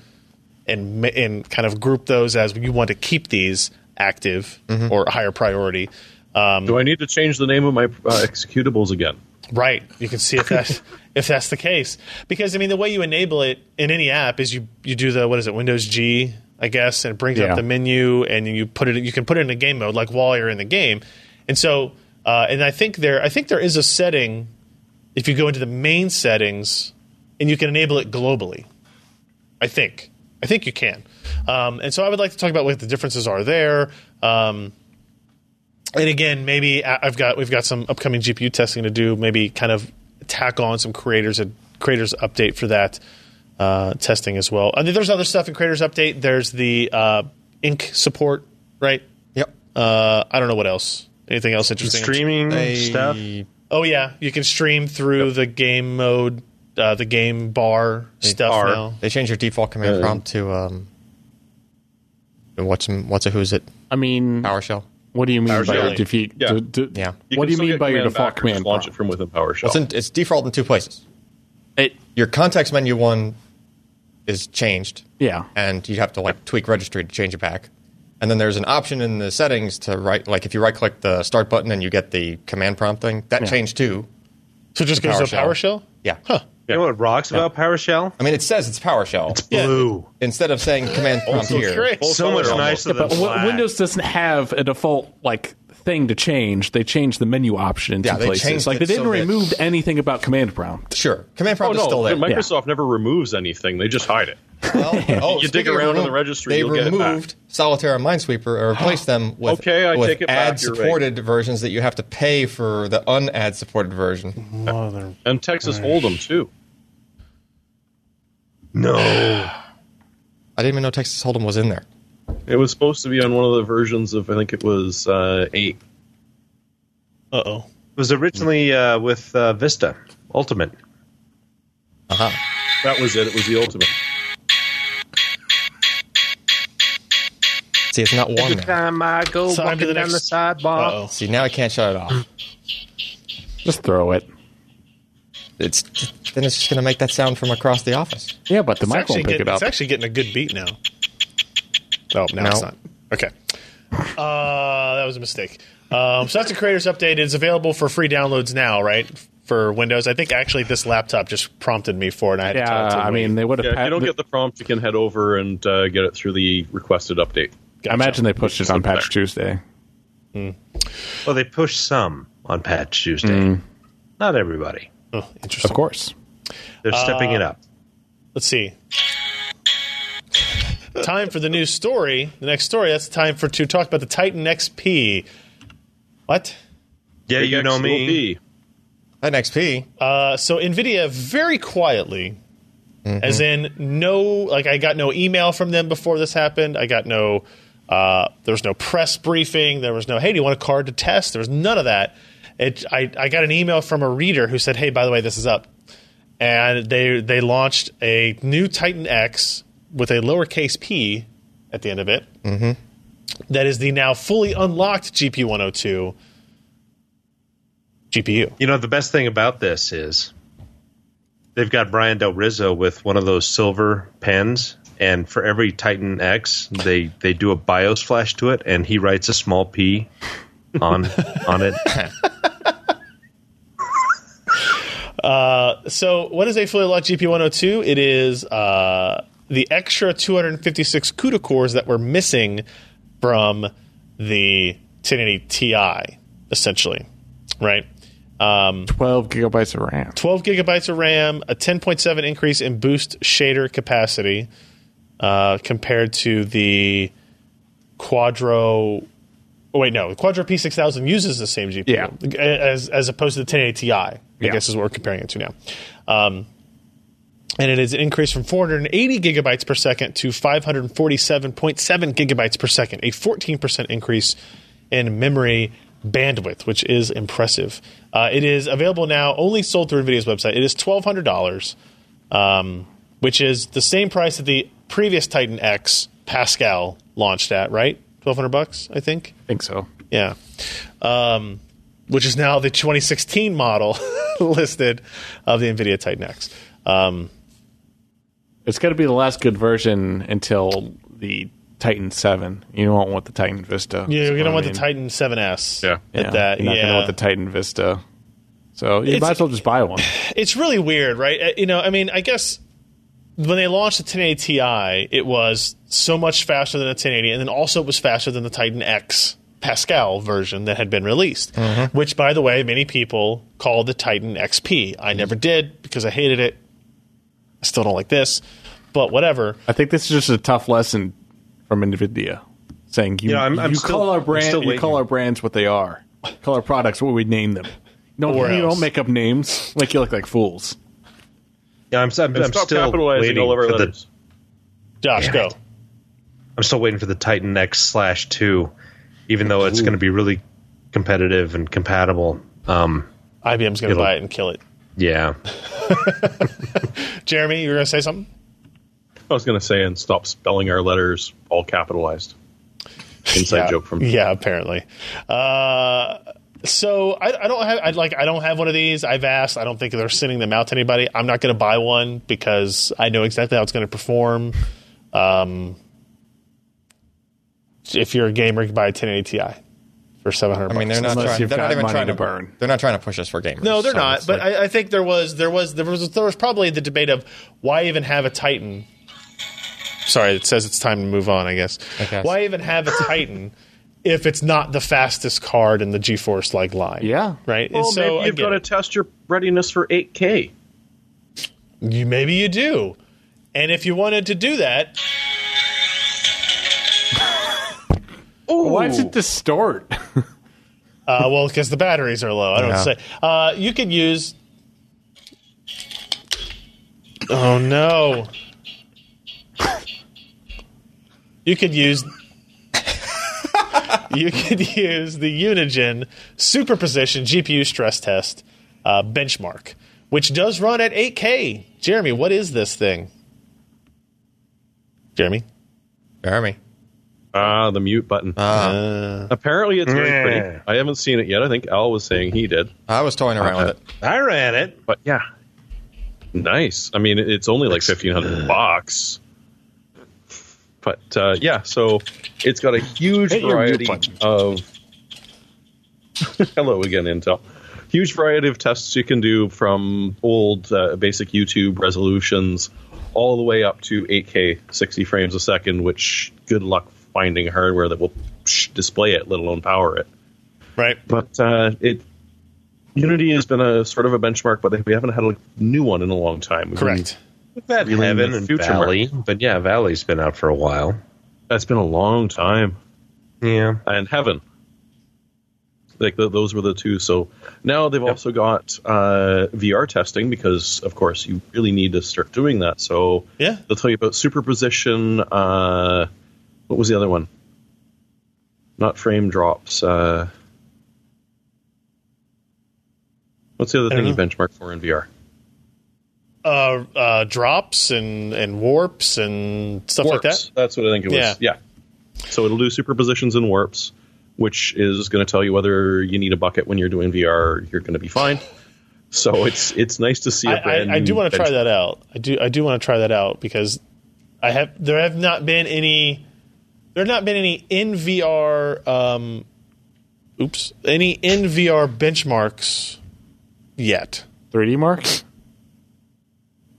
and ma- and kind of group those as you want to keep these active or higher priority. Um,
Do I need to change the name of my uh, executables again?
Right. You can see if that's if that's the case. Because I mean the way you enable it in any app is you you do the what is it, Windows G, I guess, and it brings
Yeah.
up the menu and you put it you can put it in a game mode like while you're in the game. And so uh, and I think there I think there is a setting if you go into the main settings and you can enable it globally. I think. I think you can. Um, and so I would like to talk about what the differences are there. Um, and again, maybe I- I've got we've got some upcoming GPU testing to do. Maybe kind of tack on some creators and creators update for that uh, testing as well. I mean, there's other stuff in creators update. There's the uh, ink support, right?
Yep.
Uh, I don't know what else. Anything else interesting?
Streaming
They-
stuff.
Oh yeah, you can stream through the game mode, uh, the game bar stuff
bar.
now.
They changed your default command prompt to um, what's what's a who's it
I mean,
PowerShell.
what do you mean by your
Shelling.
defeat?
Yeah.
d- d-
Yeah. You
What
can
do you
still
mean
get
by your
command
default
back or just
command?
Launch it
prompt?
from within PowerShell.
It's, in, it's default in two places.
It-
Your context menu one is changed,
yeah.
and you have to like tweak registry to change it back. And then there's an option in the settings to right, like if you right click the start button and you get the command prompt thing, that changed too.
So it just goes to
PowerShell.
PowerShell.
Yeah.
You know what rocks about PowerShell?
I mean, it says it's PowerShell
Yeah.
Blue.
instead of saying command
Oh,
prompt here.
Great.
Full
So much
color almost.
nicer than
But w-
black.
Windows doesn't have a default like thing to change. They changed the menu option in
Yeah,
two
they changed
places. Like they
it so
didn't
that-
remove anything about command prompt.
Sure, command prompt is
Oh,
still
no,
there.
Microsoft never removes anything. They just hide it.
Well, oh,
[laughs] You dig
speaking of
around in
remote,
the registry,
They
you'll get it back.
removed Solitaire and Minesweeper and replaced them with,
Okay, I
with
take it back, you're
ad-supported versions that you have to pay for the unad-supported version.
And Texas Hold'em too.
[gasps]
I didn't even know Texas Hold'em was in there.
It was supposed to be on one of the versions of I think it was uh, eight.
Uh oh.
It was originally uh, with uh, Vista Ultimate.
That was it. It was the ultimate.
See, it's not warm now.
time I go
Time to the next-
sidewalk.
Uh-oh.
See, now I can't shut it off.
Just throw it.
It's then it's just gonna make that sound from across the office.
Yeah, but the
It's
mic
actually,
won't pick
getting,
it up.
it's actually getting a good beat now. Oh, no, it's
No.
not. Okay. Uh, that was a mistake. Um, so that's the creators update. It's available for free downloads now, right? For Windows. I think actually this laptop just prompted me for it. And I had to
yeah,
tell it to
I
wait.
mean they would have.
Yeah, if you don't get the prompt, you can head over and uh, get it through the requested update.
I imagine they pushed it on Patch Tuesday.
Well, they pushed some on Patch Tuesday. Not everybody.
Oh, interesting.
Of course.
They're stepping it up.
Let's see. time for the new story. The next story. That's time for to talk about the Titan XP. What?
Yeah,
Big
you
X
know
little
me.
B.
That XP,
Uh, so NVIDIA very quietly, as in no, like I got no email from them before this happened. I got no, uh, there was no press briefing. There was no, hey, do you want a card to test? There was none of that. It, I, I got an email from a reader who said, hey, by the way, this is up. And they, they launched a new Titan X with a lowercase p at the end of it. Mm-hmm. is the now fully unlocked GP 102 GPU.
You know, the best thing about this is they've got Brian Del Rizzo with one of those silver pens, and for every Titan X, they, they do a BIOS flash to it, and he writes a small P on on [laughs] it.
So, what is a fully locked GP 102? It is uh, the extra 256 CUDA cores that were missing from the 1080 Ti, essentially, right? Um,
Twelve gigabytes of RAM.
12 gigabytes of RAM, a 10.7 increase in boost shader capacity uh, compared to the Quadro. Oh, wait, no, the Quadro P6000 uses the same GPU
Yeah.
as, as opposed to the 1080 Ti, I
Yeah.
guess is what we're comparing it to now. Um, and it is an increase from 480 gigabytes per second to 547.7 gigabytes per second, a 14% increase in memory bandwidth, which is impressive. Uh, it is available now, only sold through NVIDIA's website. It is $1,200, um, which is the same price that the previous Titan X Pascal launched at, right? 1200 bucks, I think.
I think so.
Yeah. Um, which is now the 2016 model [laughs] listed of the NVIDIA Titan X. Um,
It's got to be the last good version until the Titan Seven. You don't want the Titan Vista.
Yeah, you're
is
gonna
what I
want
mean.
the Titan 7S.
Yeah.
At that,
You're not
yeah.
gonna want the Titan Vista. So you
It's-
might as well just buy one.
it's really weird, right? Uh, You know, I mean, I guess when they launched the 1080 Ti, it was so much faster than the 1080, and then also it was faster than the Titan X Pascal version that had been released, which, by the way, many people called the Titan XP. I never did because I hated it. I still don't like this, but whatever.
I think this is just a tough lesson from NVIDIA. saying you,
You know, I'm- I'm
you
still-
call our
I'm still
brand you
waiting.
call our brands what they are. Call our products what we name them. No,
Or
you
else.
don't make up names like you look like fools.
Yeah, I'm, I'm,
And
I'm
stop
still
capitalizing
waiting
all of our
for the
letters.
Josh,
Damn
go.
it. I'm still waiting for the Titan X slash two, even though it's going to be really competitive and compatible. Um,
IBM's going to
It'll-
buy it and kill it.
yeah,
Jeremy, you were going to say something?
I was going to say, and stop spelling our letters all capitalized. Inside
yeah.
joke from
yeah apparently uh so I, I don't have I'd like I don't have one of these. I've asked. I don't think they're sending them out to anybody. I'm not going to buy one because I know exactly how it's going to perform. Um, if you're a gamer, you can buy a 1080 Ti for 700.
I mean, they're
bucks.
not
Unless
trying.
you've
They're not
got
even
money
trying
to
to,
burn.
They're not trying to push us for gamers.
No, they're
so
not.
it's
But
like-
I, I think there was there was there was there was probably the debate of why even have a Titan. Sorry, it says it's time to move on. I guess.
guess.
Why even have a Titan if it's not the fastest card in the GeForce like line?
Yeah.
Right.
Well,
and so
maybe you've got to test your readiness for 8K.
to. You, maybe you do. And if you wanted to do that,
Why does it distort?
uh, well, because the batteries are low, I don't
Yeah.
say. Uh, you could use. Oh no. You could use. you could use the Unigen Superposition GPU stress test uh, benchmark, which does run at 8K. Jeremy, what is this thing? Jeremy,
Jeremy.
Ah, the mute button. Apparently, it's very pretty. I haven't seen it yet. I think Al was saying he did.
I was toying around with it.
I ran it.
But yeah, nice. I mean, it- it's only like fifteen hundred bucks. But uh, yeah, so it's got a huge
Hit your mute
variety
button.
of. Hello again, Intel. Huge variety of tests you can do from old uh, basic YouTube resolutions all the way up to 8K 60 frames a second, which good luck finding hardware that will psh, display it, let alone power it
right?
but uh, it Unity has been a sort of a benchmark, but we haven't had a new one in a long time. We've been-
Correct.
That
Really
Heaven
the
and
future
Valley, but yeah, Valley's been out for a while.
that's been a long time,
Yeah,
and Heaven. Like th those were the two. So now they've also got uh, VR testing because, of course, you really need to start doing that. So
Yeah.
they'll tell you about superposition. Uh, what was the other one? Not frame drops. Uh, what's the other
I don't
thing you benchmark for in VR?
Uh, uh, drops and, and warps and stuff like that.
Warps. That's what I think it was.
Yeah.
Yeah. So it'll do superpositions and warps, which is going to tell you whether you need a bucket when you're doing VR. You're going to be fine. So it's it's nice to see. a
I,
brand
I, I do
new
want to try
bench-
that out. I do I do want to try that out because I have there have not been any there have not been any NVR um oops any NVR benchmarks yet.
3D marks?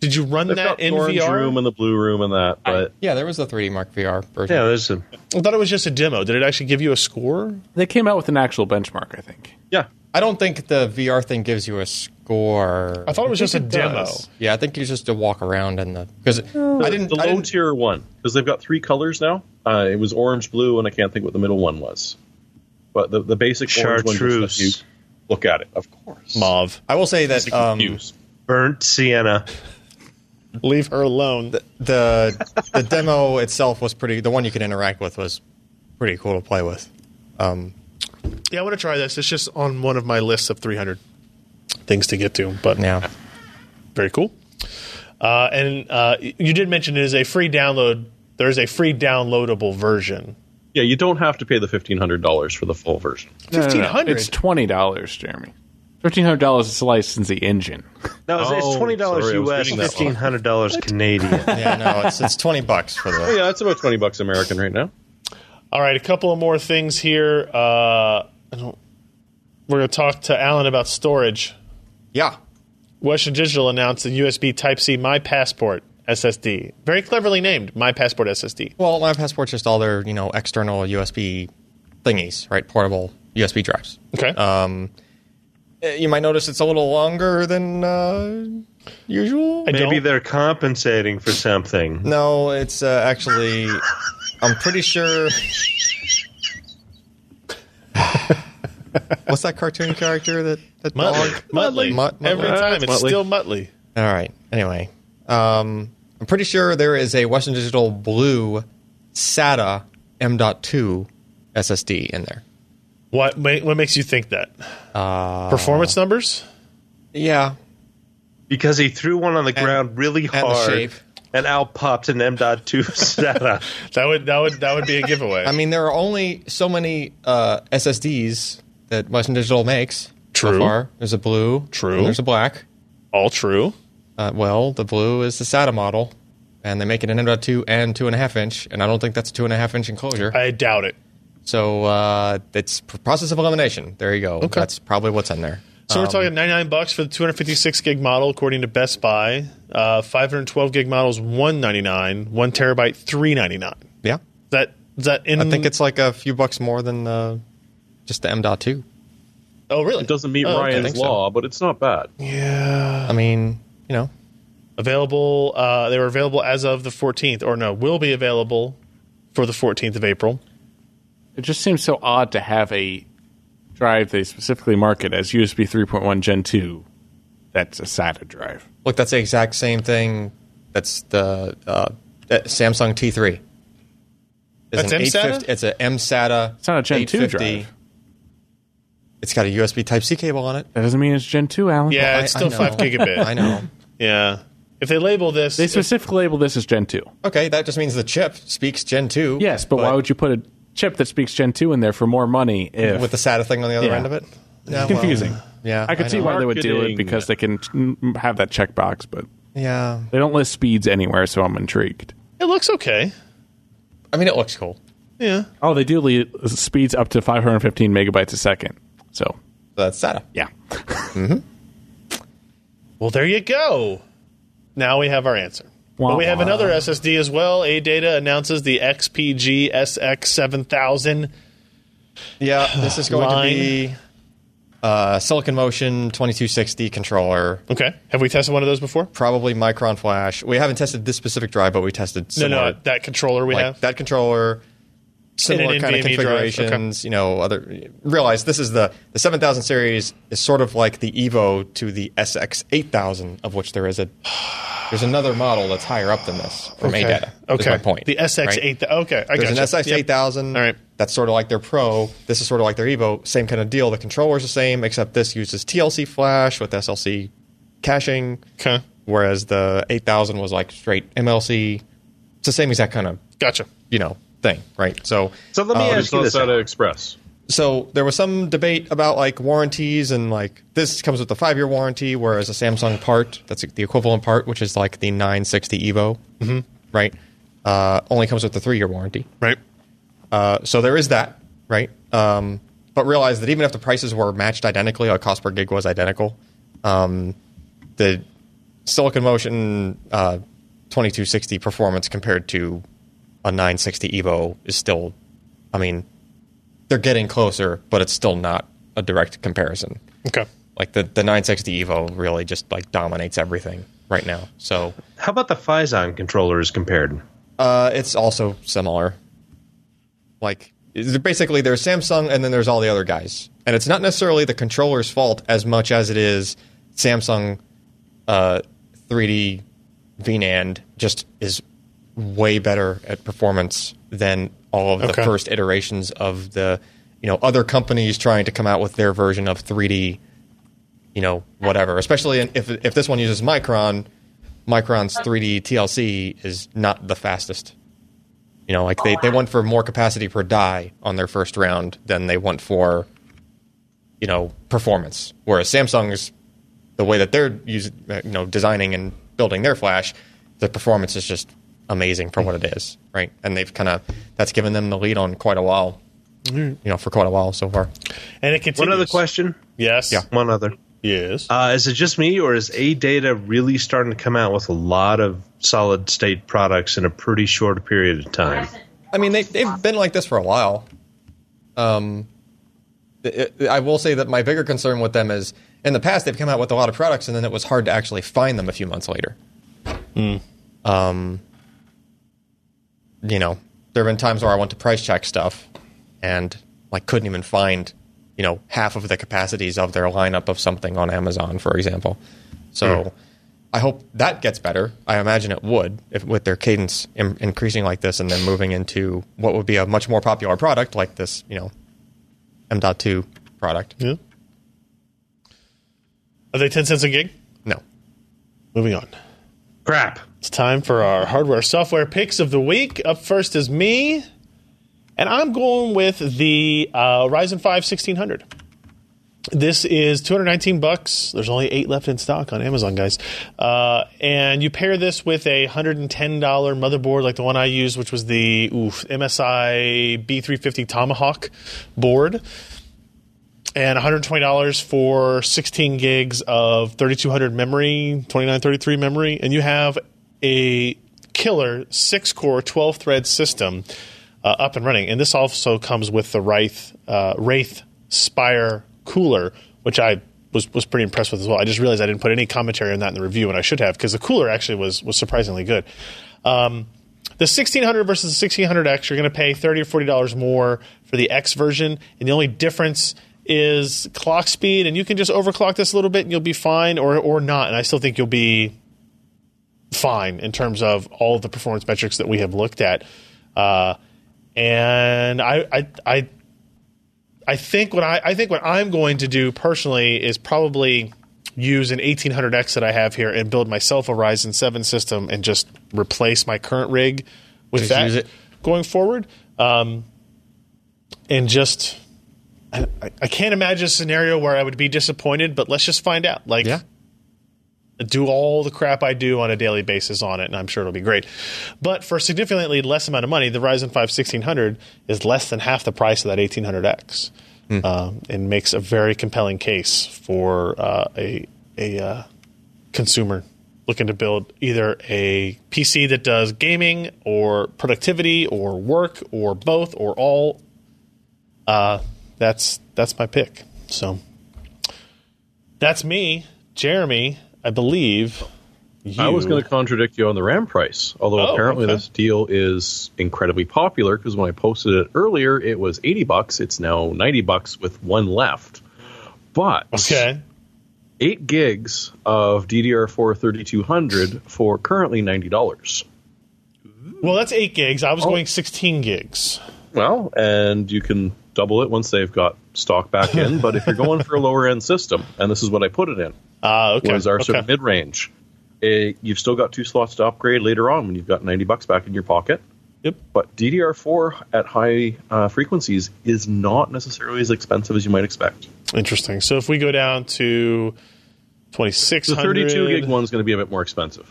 Did you run
They've
that
got the orange
NVR?
room and the blue room and that, but
Yeah, there was the 3D Mark VR version.
yeah. There's a
I thought it was just a demo. Did it actually give you a score?
They came out with an actual benchmark, I think.
yeah,
I don't think the VR thing gives you a score.
I thought it was just a
it
demo.
does.
yeah, I think you just to walk around in the because I didn't.
the
I
low
didn't-
tier one because they've got three colors now. Uh, it was orange, blue, and I can't think what the middle one was. But the, the basic orange one just lets you
chartreuse,
look at it, of course.
Mauve.
I will say that um,
Use.
burnt sienna.
Leave her alone.
the the demo itself was pretty. The one you could interact with was pretty cool to play with. Um,
Yeah, I want to try this. It's just on one of my lists of 300 things to get to, but
Yeah,
Very cool. Uh, and uh, you did mention it is a free download. There's a free downloadable version.
Yeah, you don't have to pay the fifteen hundred dollars for the full version.
Fifteen hundred.
It's twenty dollars, Jeremy. Thirteen hundred dollars is to license the engine.
No, it's, it's
Oh,
twenty dollars
sorry, I was
U.S.,
reading that wrong.
fifteen hundred dollars [laughs] Canadian.
yeah. No, it's it's twenty bucks for [laughs] the.
Yeah, it's about twenty bucks American right now.
All right, a couple of more things here. Uh, I don't, we're going to talk to Alan about storage.
Yeah,
Western Digital announced the USB Type C My Passport SSD, very cleverly named My Passport SSD.
Well, my passport's just all their you know external USB thingies, right? Portable USB drives.
Okay.
Uh, You might notice it's a little longer than uh, usual.
I
Maybe
don't-
they're compensating for something.
No, it's uh, actually. I'm pretty sure. [laughs] What's that cartoon character that that
Muttley.
dog?
Muttley.
Mut- Muttley.
Every time it's
Muttley.
still Muttley.
All right. Anyway, um, I'm pretty sure there is a Western Digital Blue SATA M.2 SSD in there.
What ma- what makes you think that? Uh, Performance numbers?
Yeah,
because he threw one on the ground really
the
hard,
shape.
and out popped an [laughs] M.2 SATA.
That would that would that would be a [laughs] giveaway.
I mean there are only so many uh, SSDs that Western Digital makes. So
True.
far, there's a blue.
True.
and there's a black.
All true.
Uh, well, the blue is the SATA model, and they make it an M.2 and two and a half inch, and I don't think that's a two and a half inch enclosure.
I doubt it.
so uh, it's p- process of elimination. There you go. Okay. That's probably what's in there.
So we're talking 99 bucks for the 256 gig model, according to Best Buy. Uh, 512 gig models, 199. One terabyte, 399.
Yeah,
That is that in?
I
Mm.
think it's like a few bucks more than uh, just the M.2.
Oh, really?
It doesn't meet
Oh, okay.
Ryan's
think so.
law, but it's not bad.
Yeah.
Uh.
I mean, you know,
Available. Uh, they were available as of the 14th, or no, will be available for the 14th of April.
It just seems so odd to have a drive they specifically market as USB 3.1 Gen 2 that's a SATA drive.
look, that's the exact same thing. That's the uh, that Samsung T3. It's
That's
an
M-SATA?
850 It's a M SATA.
It's not a Gen 2 drive.
It's got a USB Type C cable on it.
That doesn't mean it's Gen 2, Alan.
Yeah,
I-
it's
I
still
know.
five gigabit.
[laughs] I
[laughs]
know.
Yeah. If they label this,
They specifically label this as Gen 2.
Okay, that just means the chip speaks Gen 2.
Yes, but, why would you put a chip that speaks Gen 2 in there for more money if
with the SATA thing on the other
Yeah.
end of it? Yeah, well,
confusing?
yeah,
I could see
know.
why they would do
Marketing.
it because they can mm, have that checkbox, but
Yeah,
they don't list speeds anywhere, so I'm intrigued.
it looks okay.
I mean, it looks cool.
Yeah.
Oh, they do lead speeds up to 515 megabytes a second. So,
That's SATA.
yeah.
Well, there you go. Now we have our answer.
Wah,
but we have
wah.
another SSD as well. AData announces the XPG SX7000.
Yeah, this
[sighs]
is going
Line.
to be uh, Silicon Motion 2260 controller,
Okay. Have we tested one of those before?
probably Micron Flash. We haven't tested this specific drive, but we tested
No,
similar,
no. That controller we
like
have.
that controller, similar
an
kind of
NVMe E drive, okay.
configurations. You know, other realize this is the the 7000 series is sort of like the Evo to the SX 8000, of which there is a [sighs] there's another model that's higher up than this from
okay.
ADATA.
Okay.
is my point.
The
right?
SX8000. Okay. I
There's
got
an SX eight thousand.
All right.
That's sort of like their Pro. This is sort of like their Evo. Same kind of deal. The controller's the same, except this uses TLC flash with SLC caching,
Okay.
whereas the eight thousand was like straight MLC. It's the same exact kind of
Gotcha.
you know thing, right? So,
So let me
But
ask
it's
you
not
this:
SATA
Alan.
Express.
so there was some debate about like warranties and like this comes with a five year warranty, whereas a Samsung part that's the equivalent part, which is like the nine sixty Evo, mm-hmm. right? Uh, only comes with a three year warranty.
Right.
Uh, so there is that, right? Um, but realize that even if the prices were matched identically, like cost per gig was identical, um, the Silicon Motion uh, 2260 performance compared to a 960 Evo is still, I mean, they're getting closer, but it's still not a direct comparison.
Okay.
Like the, the 960 Evo really just like dominates everything right now. So
How about the Phison controller is compared?
uh, it's also similar. Like is- basically, there's Samsung, and then there's all the other guys, and it's not necessarily the controller's fault as much as it is Samsung uh, 3D VNAND just is way better at performance than all of
Okay.
the first iterations of the you know other companies trying to come out with their version of 3D you know whatever especially in- if if this one uses Micron Micron's 3D TLC is not the fastest you know like they, they went for more capacity per die on their first round than they went for you know performance whereas Samsung's the way that they're using, you know, designing and building their flash, the performance is just amazing for what it is, right? And they've kind of that's given them the lead on quite a while, you know, for quite a while so far.
And it continues.
One other question.
Yes.
Yeah.
One other.
Yes.
Uh, is it just me, or is A Data really starting to come out with a lot of solid state products in a pretty short period of time?
I mean, they they've been like this for a while. Um, it- it- I will say that my bigger concern with them is in the past they've come out with a lot of products and then it was hard to actually find them a few months later. Um, you know, there have been times where I went to price check stuff and like couldn't even find you know half of the capacities of their lineup of something on Amazon, for example. So I hope that gets better. I imagine it would if, with their cadence Im- increasing like this, and then moving into what would be a much more popular product like this, you know, M.2 product.
Yeah. Are they 10 cents a gig?
No,
Moving on.
Crap.
It's time for our hardware software picks of the week. Up first is me, and I'm going with the uh, Ryzen 5 1600. This is 219 bucks. There's only eight left in stock on Amazon, guys. Uh, and you pair this with a $110 motherboard like the one I used, which was the oof, MSI B350 Tomahawk board and $120 for 16 gigs of 3200 memory, 2933 memory, and you have a killer six core, 12 thread system uh, up and running. And this also comes with the Wraith, uh, Wraith Spire cooler, which I was, was pretty impressed with as well. I just realized I didn't put any commentary on that in the review, and I should have, because the cooler actually was, was surprisingly good. Um, the 1600 versus the 1600X, you're going to pay 30 or $40 more for the X version. And the only difference is clock speed. And you can just overclock this a little bit and you'll be fine or, or not. And I still think you'll be fine in terms of all of the performance metrics that we have looked at. Uh, and I, I, I, I think what I, I think what I'm going to do personally is probably use an 1800X that I have here and build myself a Ryzen 7 system and just replace my current rig with
Just
that
use it.
going forward. Um, and just I, I- I can't imagine a scenario where I would be disappointed, but let's just find out. Like,
Yeah.
do all the crap I do on a daily basis on it, and I'm sure it'll be great. But for significantly less amount of money, the Ryzen 5 1600 is less than half the price of that 1800X, um, and makes a very compelling case for uh, a a uh, consumer looking to build either a PC that does gaming or productivity or work or both or all. Uh, that's that's my pick. So that's me, Jeremy. I believe.
I was
you-
going to contradict you on the RAM price, although
Oh,
apparently
okay.
this deal is incredibly popular because when I posted it earlier, it was 80 bucks. It's now 90 bucks with one left. But
Okay.
8 gigs of DDR4 3200 for currently $90.
Well, that's eight gigs. I was going sixteen gigs.
Well, and you can double it once they've got stock back [laughs] in, but if you're going for a lower end system, and this is what I put it in,
Uh, okay.
was our sort of
okay.
mid range. You've still got two slots to upgrade later on when you've got 90 bucks back in your pocket.
Yep.
But DDR4 at high uh, frequencies is not necessarily as expensive as you might expect.
Interesting. So if we go down to twenty six
The
hundred,
32 gig one's going to be a bit more expensive.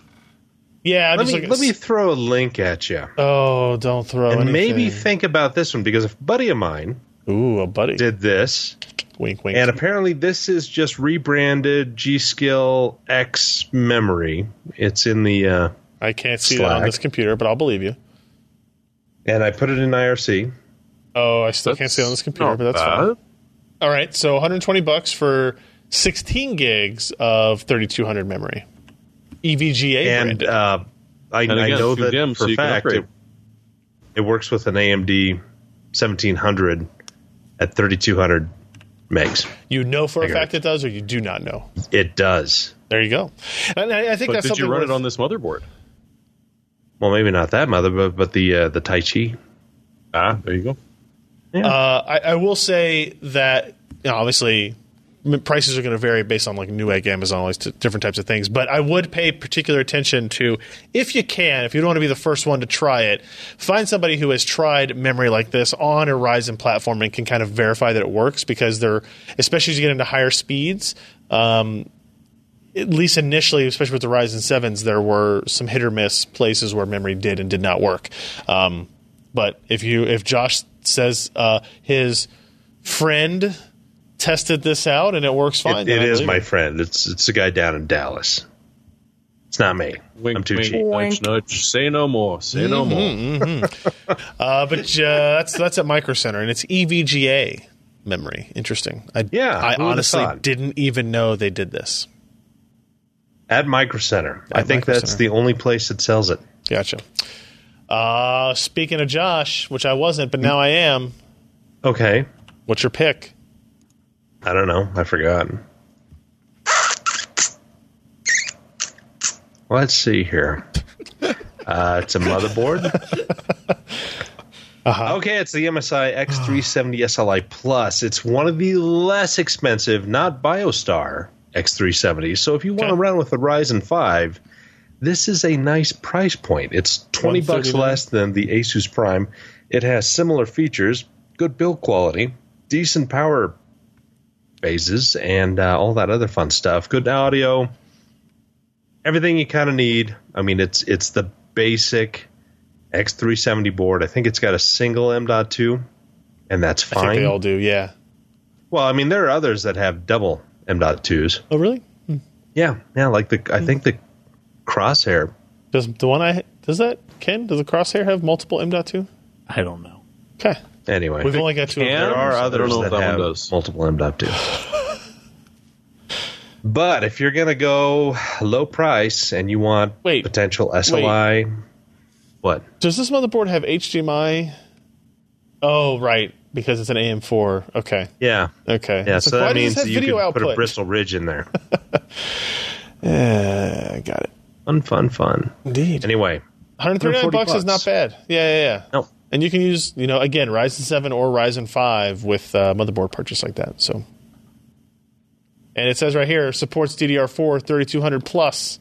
Yeah. I'm
Let
just
me
looking-
let me throw a link at you,
Oh, don't throw.
and maybe
anything.
think about this one because a buddy of mine
Ooh, a buddy.
did this,
wink, wink.
and apparently this is just rebranded G Skill X Memory. It's in the uh,
I can't see that on
Slack.
this computer, but I'll believe you.
and I put it in IRC.
Oh, I still can't see it on this computer, but that's fine. All right, so 120 bucks for 16 gigs of 3200 memory, E EVGA
and
branded.
uh, I,
And
I
again,
know
too
that
dim,
for
so you can
fact
upgrade.
it, it works with an AMD 1700 at 3200 megs.
you know for a
I got
fact it does, or you do not know.
It does.
There you go. And I, I think
But
that's
did
something
you run
worth-
it on this motherboard?
Well, maybe not that mother, but, but the uh, the Tai Chi.
Ah, there you go.
Uh, I, I will say that you know, obviously m- prices are going to vary based on like Newegg, Amazon, all these t- different types of things. But I would pay particular attention to if you can, if you don't want to be the first one to try it, find somebody who has tried memory like this on a Ryzen platform and can kind of verify that it works because they're especially as you get into higher speeds. Um, at least initially, especially with the Ryzen sevens, there were some hit or miss places where memory did and did not work. Um, but if you if Josh says uh, his friend tested this out and it works fine,
It,
then
it
I
is
believe
my
it.
friend. It's it's a guy down in Dallas. It's not me. I'm too cheap.
Nudge, nudge. Say no more. Say no
Mm-hmm.
more.
Uh, but uh, that's that's at Micro Center and it's E EVGA memory. Interesting. I,
Yeah,
I
who would've
honestly
thought?
didn't even know they did this.
At Micro Center. I
At
think
Micro
that's
Center.
the only place that sells it.
Gotcha. Uh,
Mm.
speaking of Josh, which I wasn't, but now I am.
Okay.
What's your pick?
I don't know. I forgot. Let's see here. Uh, it's a motherboard. Okay, it's the MSI X370 SLI Plus. It's one of the less expensive, not BioStar X370s. So if you want to
Okay.
run with the Ryzen 5, this is a nice price point. It's 20 bucks
139.
less than the Asus Prime. It has similar features, good build quality, decent power phases, and uh, all that other fun stuff. Good audio, everything you kind of need. I mean, it's it's the basic X370 board. I think it's got a single M.2, and that's
I think
fine.
they all do. Yeah.
well, I mean, there are others that have double M.2s.
Oh, really?
Yeah, yeah, like the
Hmm.
I think the Crosshair
Does the one I does that Ken? Does the crosshair have multiple M. dot two?
I don't know.
Okay.
Anyway,
We've only got two. of
Can?
them.
there are
I don't
others
know if
that,
that one
have
does.
multiple M.2. but if you're gonna go low price and you want
Wait,
potential SLI, what?
Does this motherboard have HDMI? Oh, right, because it's an AM4. Okay.
Yeah,
Okay.
yeah.
So
So, that
why does
means
this have
that you
video
could put
output?
a Bristol Ridge
[laughs]
in there.
Yeah, Uh, got it.
fun, fun, fun.
Indeed.
Anyway, Oh.
139
140
bucks is not
bucks.
bad. Yeah, yeah, yeah.
no.
And you can use, you know, again, Ryzen 7 or Ryzen 5 with uh, motherboard purchase like that. So, and it says right here supports DDR4 3200 plus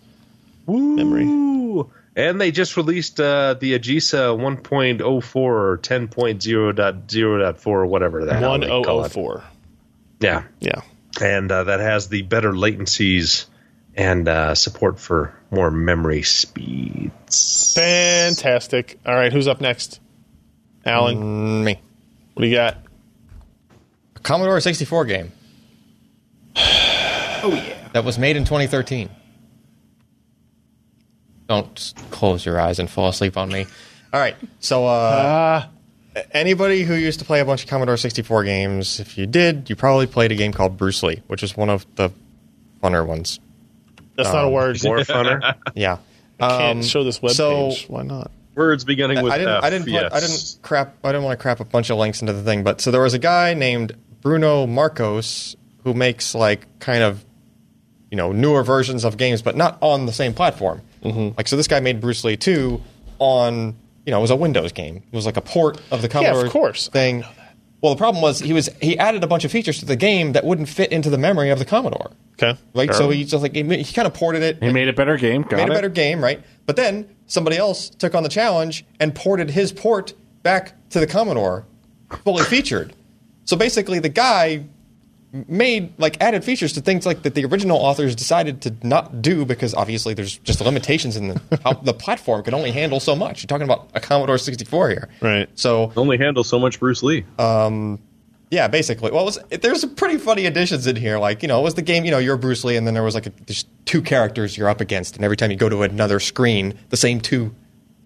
memory.
Ooh. And they just released uh, the Agisa 1.04 or 10.0.0.4 or whatever the hell they call it.
1004.
Yeah.
Yeah.
And uh, that has the better latencies and uh, support for more memory speeds.
Fantastic. All right, who's up next?
Mm.
Alan,
Me.
what do you got?
A Commodore 64 game. [sighs] Oh yeah. That was made in 2013. Don't s- close your eyes and fall asleep on me. All right. So uh,
Ah.
anybody who used to play a bunch of Commodore 64 games, if you did, you probably played a game called Bruce Lee, which is one of the funner ones.
That's not a
Um,
word.
More
[laughs]
funner.
Yeah.
Can't
Um,
show this webpage.
so-
Why not?
Words beginning with
I didn't.
F,
I didn't. Put,
yes.
I didn't crap. I didn't want to crap a bunch of links into the thing. But so there was a guy named Bruno Marcos who makes like kind of you know newer versions of games, but not on the same platform. Like so, this guy made Bruce Lee two on you know it was a Windows game. It was like a port of the Commodore
course.
thing. Well, the problem was he was he added a bunch of features to the game that wouldn't fit into the memory of the Commodore.
Okay.
Right, so he just like he, he kind of ported it
He made a better game. Got
made
it.
a better game, right? But then somebody else took on the challenge and ported his port back to the Commodore, fully featured. So basically, the guy made like added features to things like that the original authors decided to not do because obviously there's just limitations in the, how the platform could only handle so much. You're talking about a Commodore 64 here,
Right.
So
only handle so much Bruce Lee.
Uh, yeah, basically. Well, it was, it- there's some pretty funny additions in here. Like, you know, it was the game, you know, you're Bruce Lee, and then there was like a, just two characters you're up against, and every time you go to another screen, the same two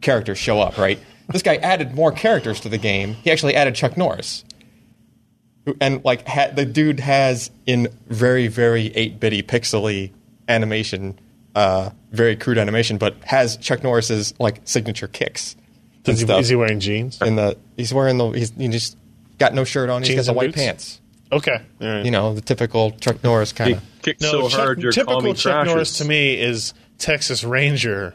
characters show up, right? this guy added more characters to the game. He actually added Chuck Norris. Who- And, like, ha- the dude has, in very, very 8 bitty pixely animation, uh, very crude animation, but has Chuck Norris's, like, signature kicks. and
Is he,
stuff
is he wearing jeans?
in the he's wearing the he's he just got no shirt on. He's
Jeans
got the
and
white
boots?
pants.
Okay. All right.
You know the typical Chuck Norris kind
He
of.
kicked
No,
so
Chuck-
hard your
typical
commie
Chuck
crashes.
Norris to me is Texas Ranger.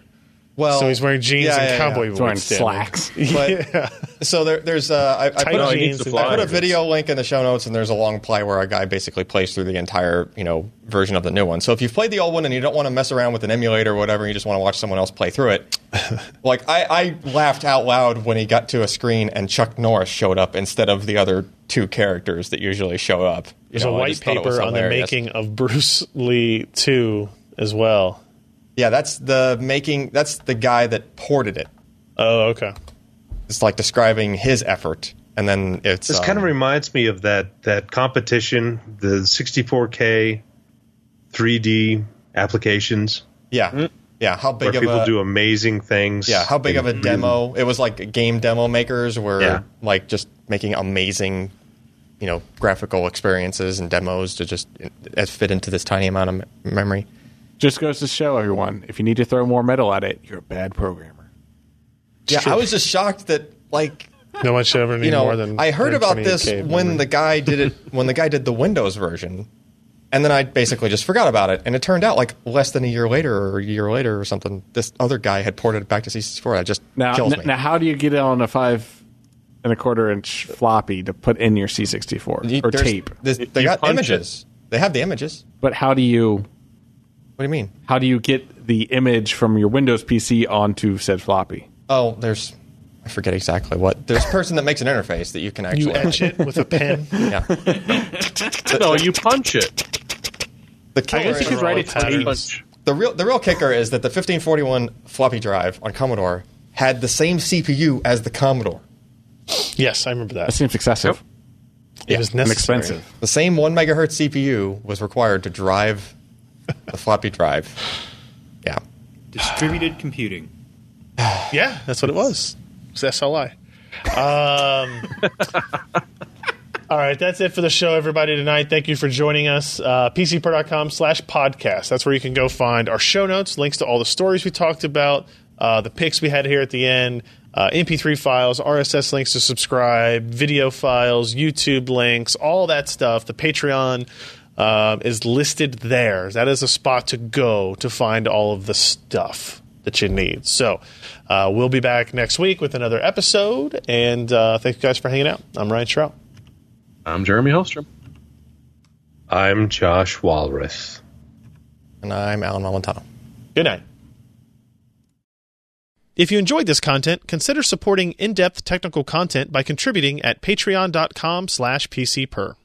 Well,
so he's wearing jeans
Oh. yeah, yeah,
and
yeah.
cowboy
[laughs]
He's wearing
boots. damn it.
slacks.
But, So there, there's uh, I, I
Tight
put, a,
jeans
jeans.
to
and
fly.
I put a
cowboy boots.
video link in the show notes, and there's a long play where a guy basically plays through the entire you know version of the new one. So if you've played the old one and you don't want to mess around with an emulator or whatever, you just want to watch someone else play
[laughs]
through it. like I, I laughed out loud when he got to a screen and Chuck Norris showed up instead of the other two characters that usually show up. You
There's
know,
a
I
white
just thought it was
paper on the
hilarious.
making of Bruce Lee 2 as well.
Yeah, that's the making. That's the guy that ported it.
Oh, okay.
It's like describing his effort, and then it's
This
um,
kind of reminds me of that that competition, the 64K 3D applications
yeah,
Mm.
yeah. How
where
big of
people
a
do amazing things.
yeah? How big of a demo? It was like game demo makers were
Yeah.
like just making amazing, you know, graphical experiences and demos to just uh, fit into this tiny amount of me- memory.
Just goes to show everyone if you need to throw more metal at it, you're a bad programmer.
Yeah, I was just shocked that like
No one should ever need
you know,
more than.
I heard about this
128K
when
memory.
the guy did [laughs] it when the guy did the Windows version, and then I basically just forgot about it. And it turned out like less than a year later or a year later or something, this other guy had ported it back to C64. That just
Now,
kills
n-
me.
now, how do you get it on a five and a quarter inch floppy to put in your C64
You-
or
there's-
tape?
there's- they
You
got
punch
images. They have the images.
But how do you
What do you mean?
how do you get the image from your Windows PC onto said floppy?
Oh, there's I forget exactly what. There's a person that makes an interface that you can actually.
you
[laughs]
etch it with a pen.
Yeah.
No, you punch it.
The killer
guess you
is-
could write it
You
tapes.
punch.
The real the real kicker is that the 1541 floppy drive on Commodore had the same CPU as the Commodore.
yes, I remember
That
that.
seems excessive
It was
and
necessary.
expensive.
The same one megahertz CPU was required to drive the floppy drive. Yeah.
Distributed computing.
Yeah, that's what it was. It's SLI. Um, all right, that's it for the show, everybody, tonight. Thank you for joining us. Uh, PCPro.com slash podcast. That's where you can go find our show notes, links to all the stories we talked about, uh, the picks we had here at the end, uh, MP3 files, RSS links to subscribe, video files, YouTube links, all that stuff. The Patreon um, is listed there. That is a spot to go to find all of the stuff that you need. So uh, we'll be back next week with another episode. And uh, thank you guys for hanging out. I'm Ryan Trout.
I'm Jeremy Hellstrom.
I'm Josh Walrath.
And I'm Alan Malentano.
Good night. If you enjoyed this content, consider supporting in-depth technical content by contributing at patreon.com slash pcper.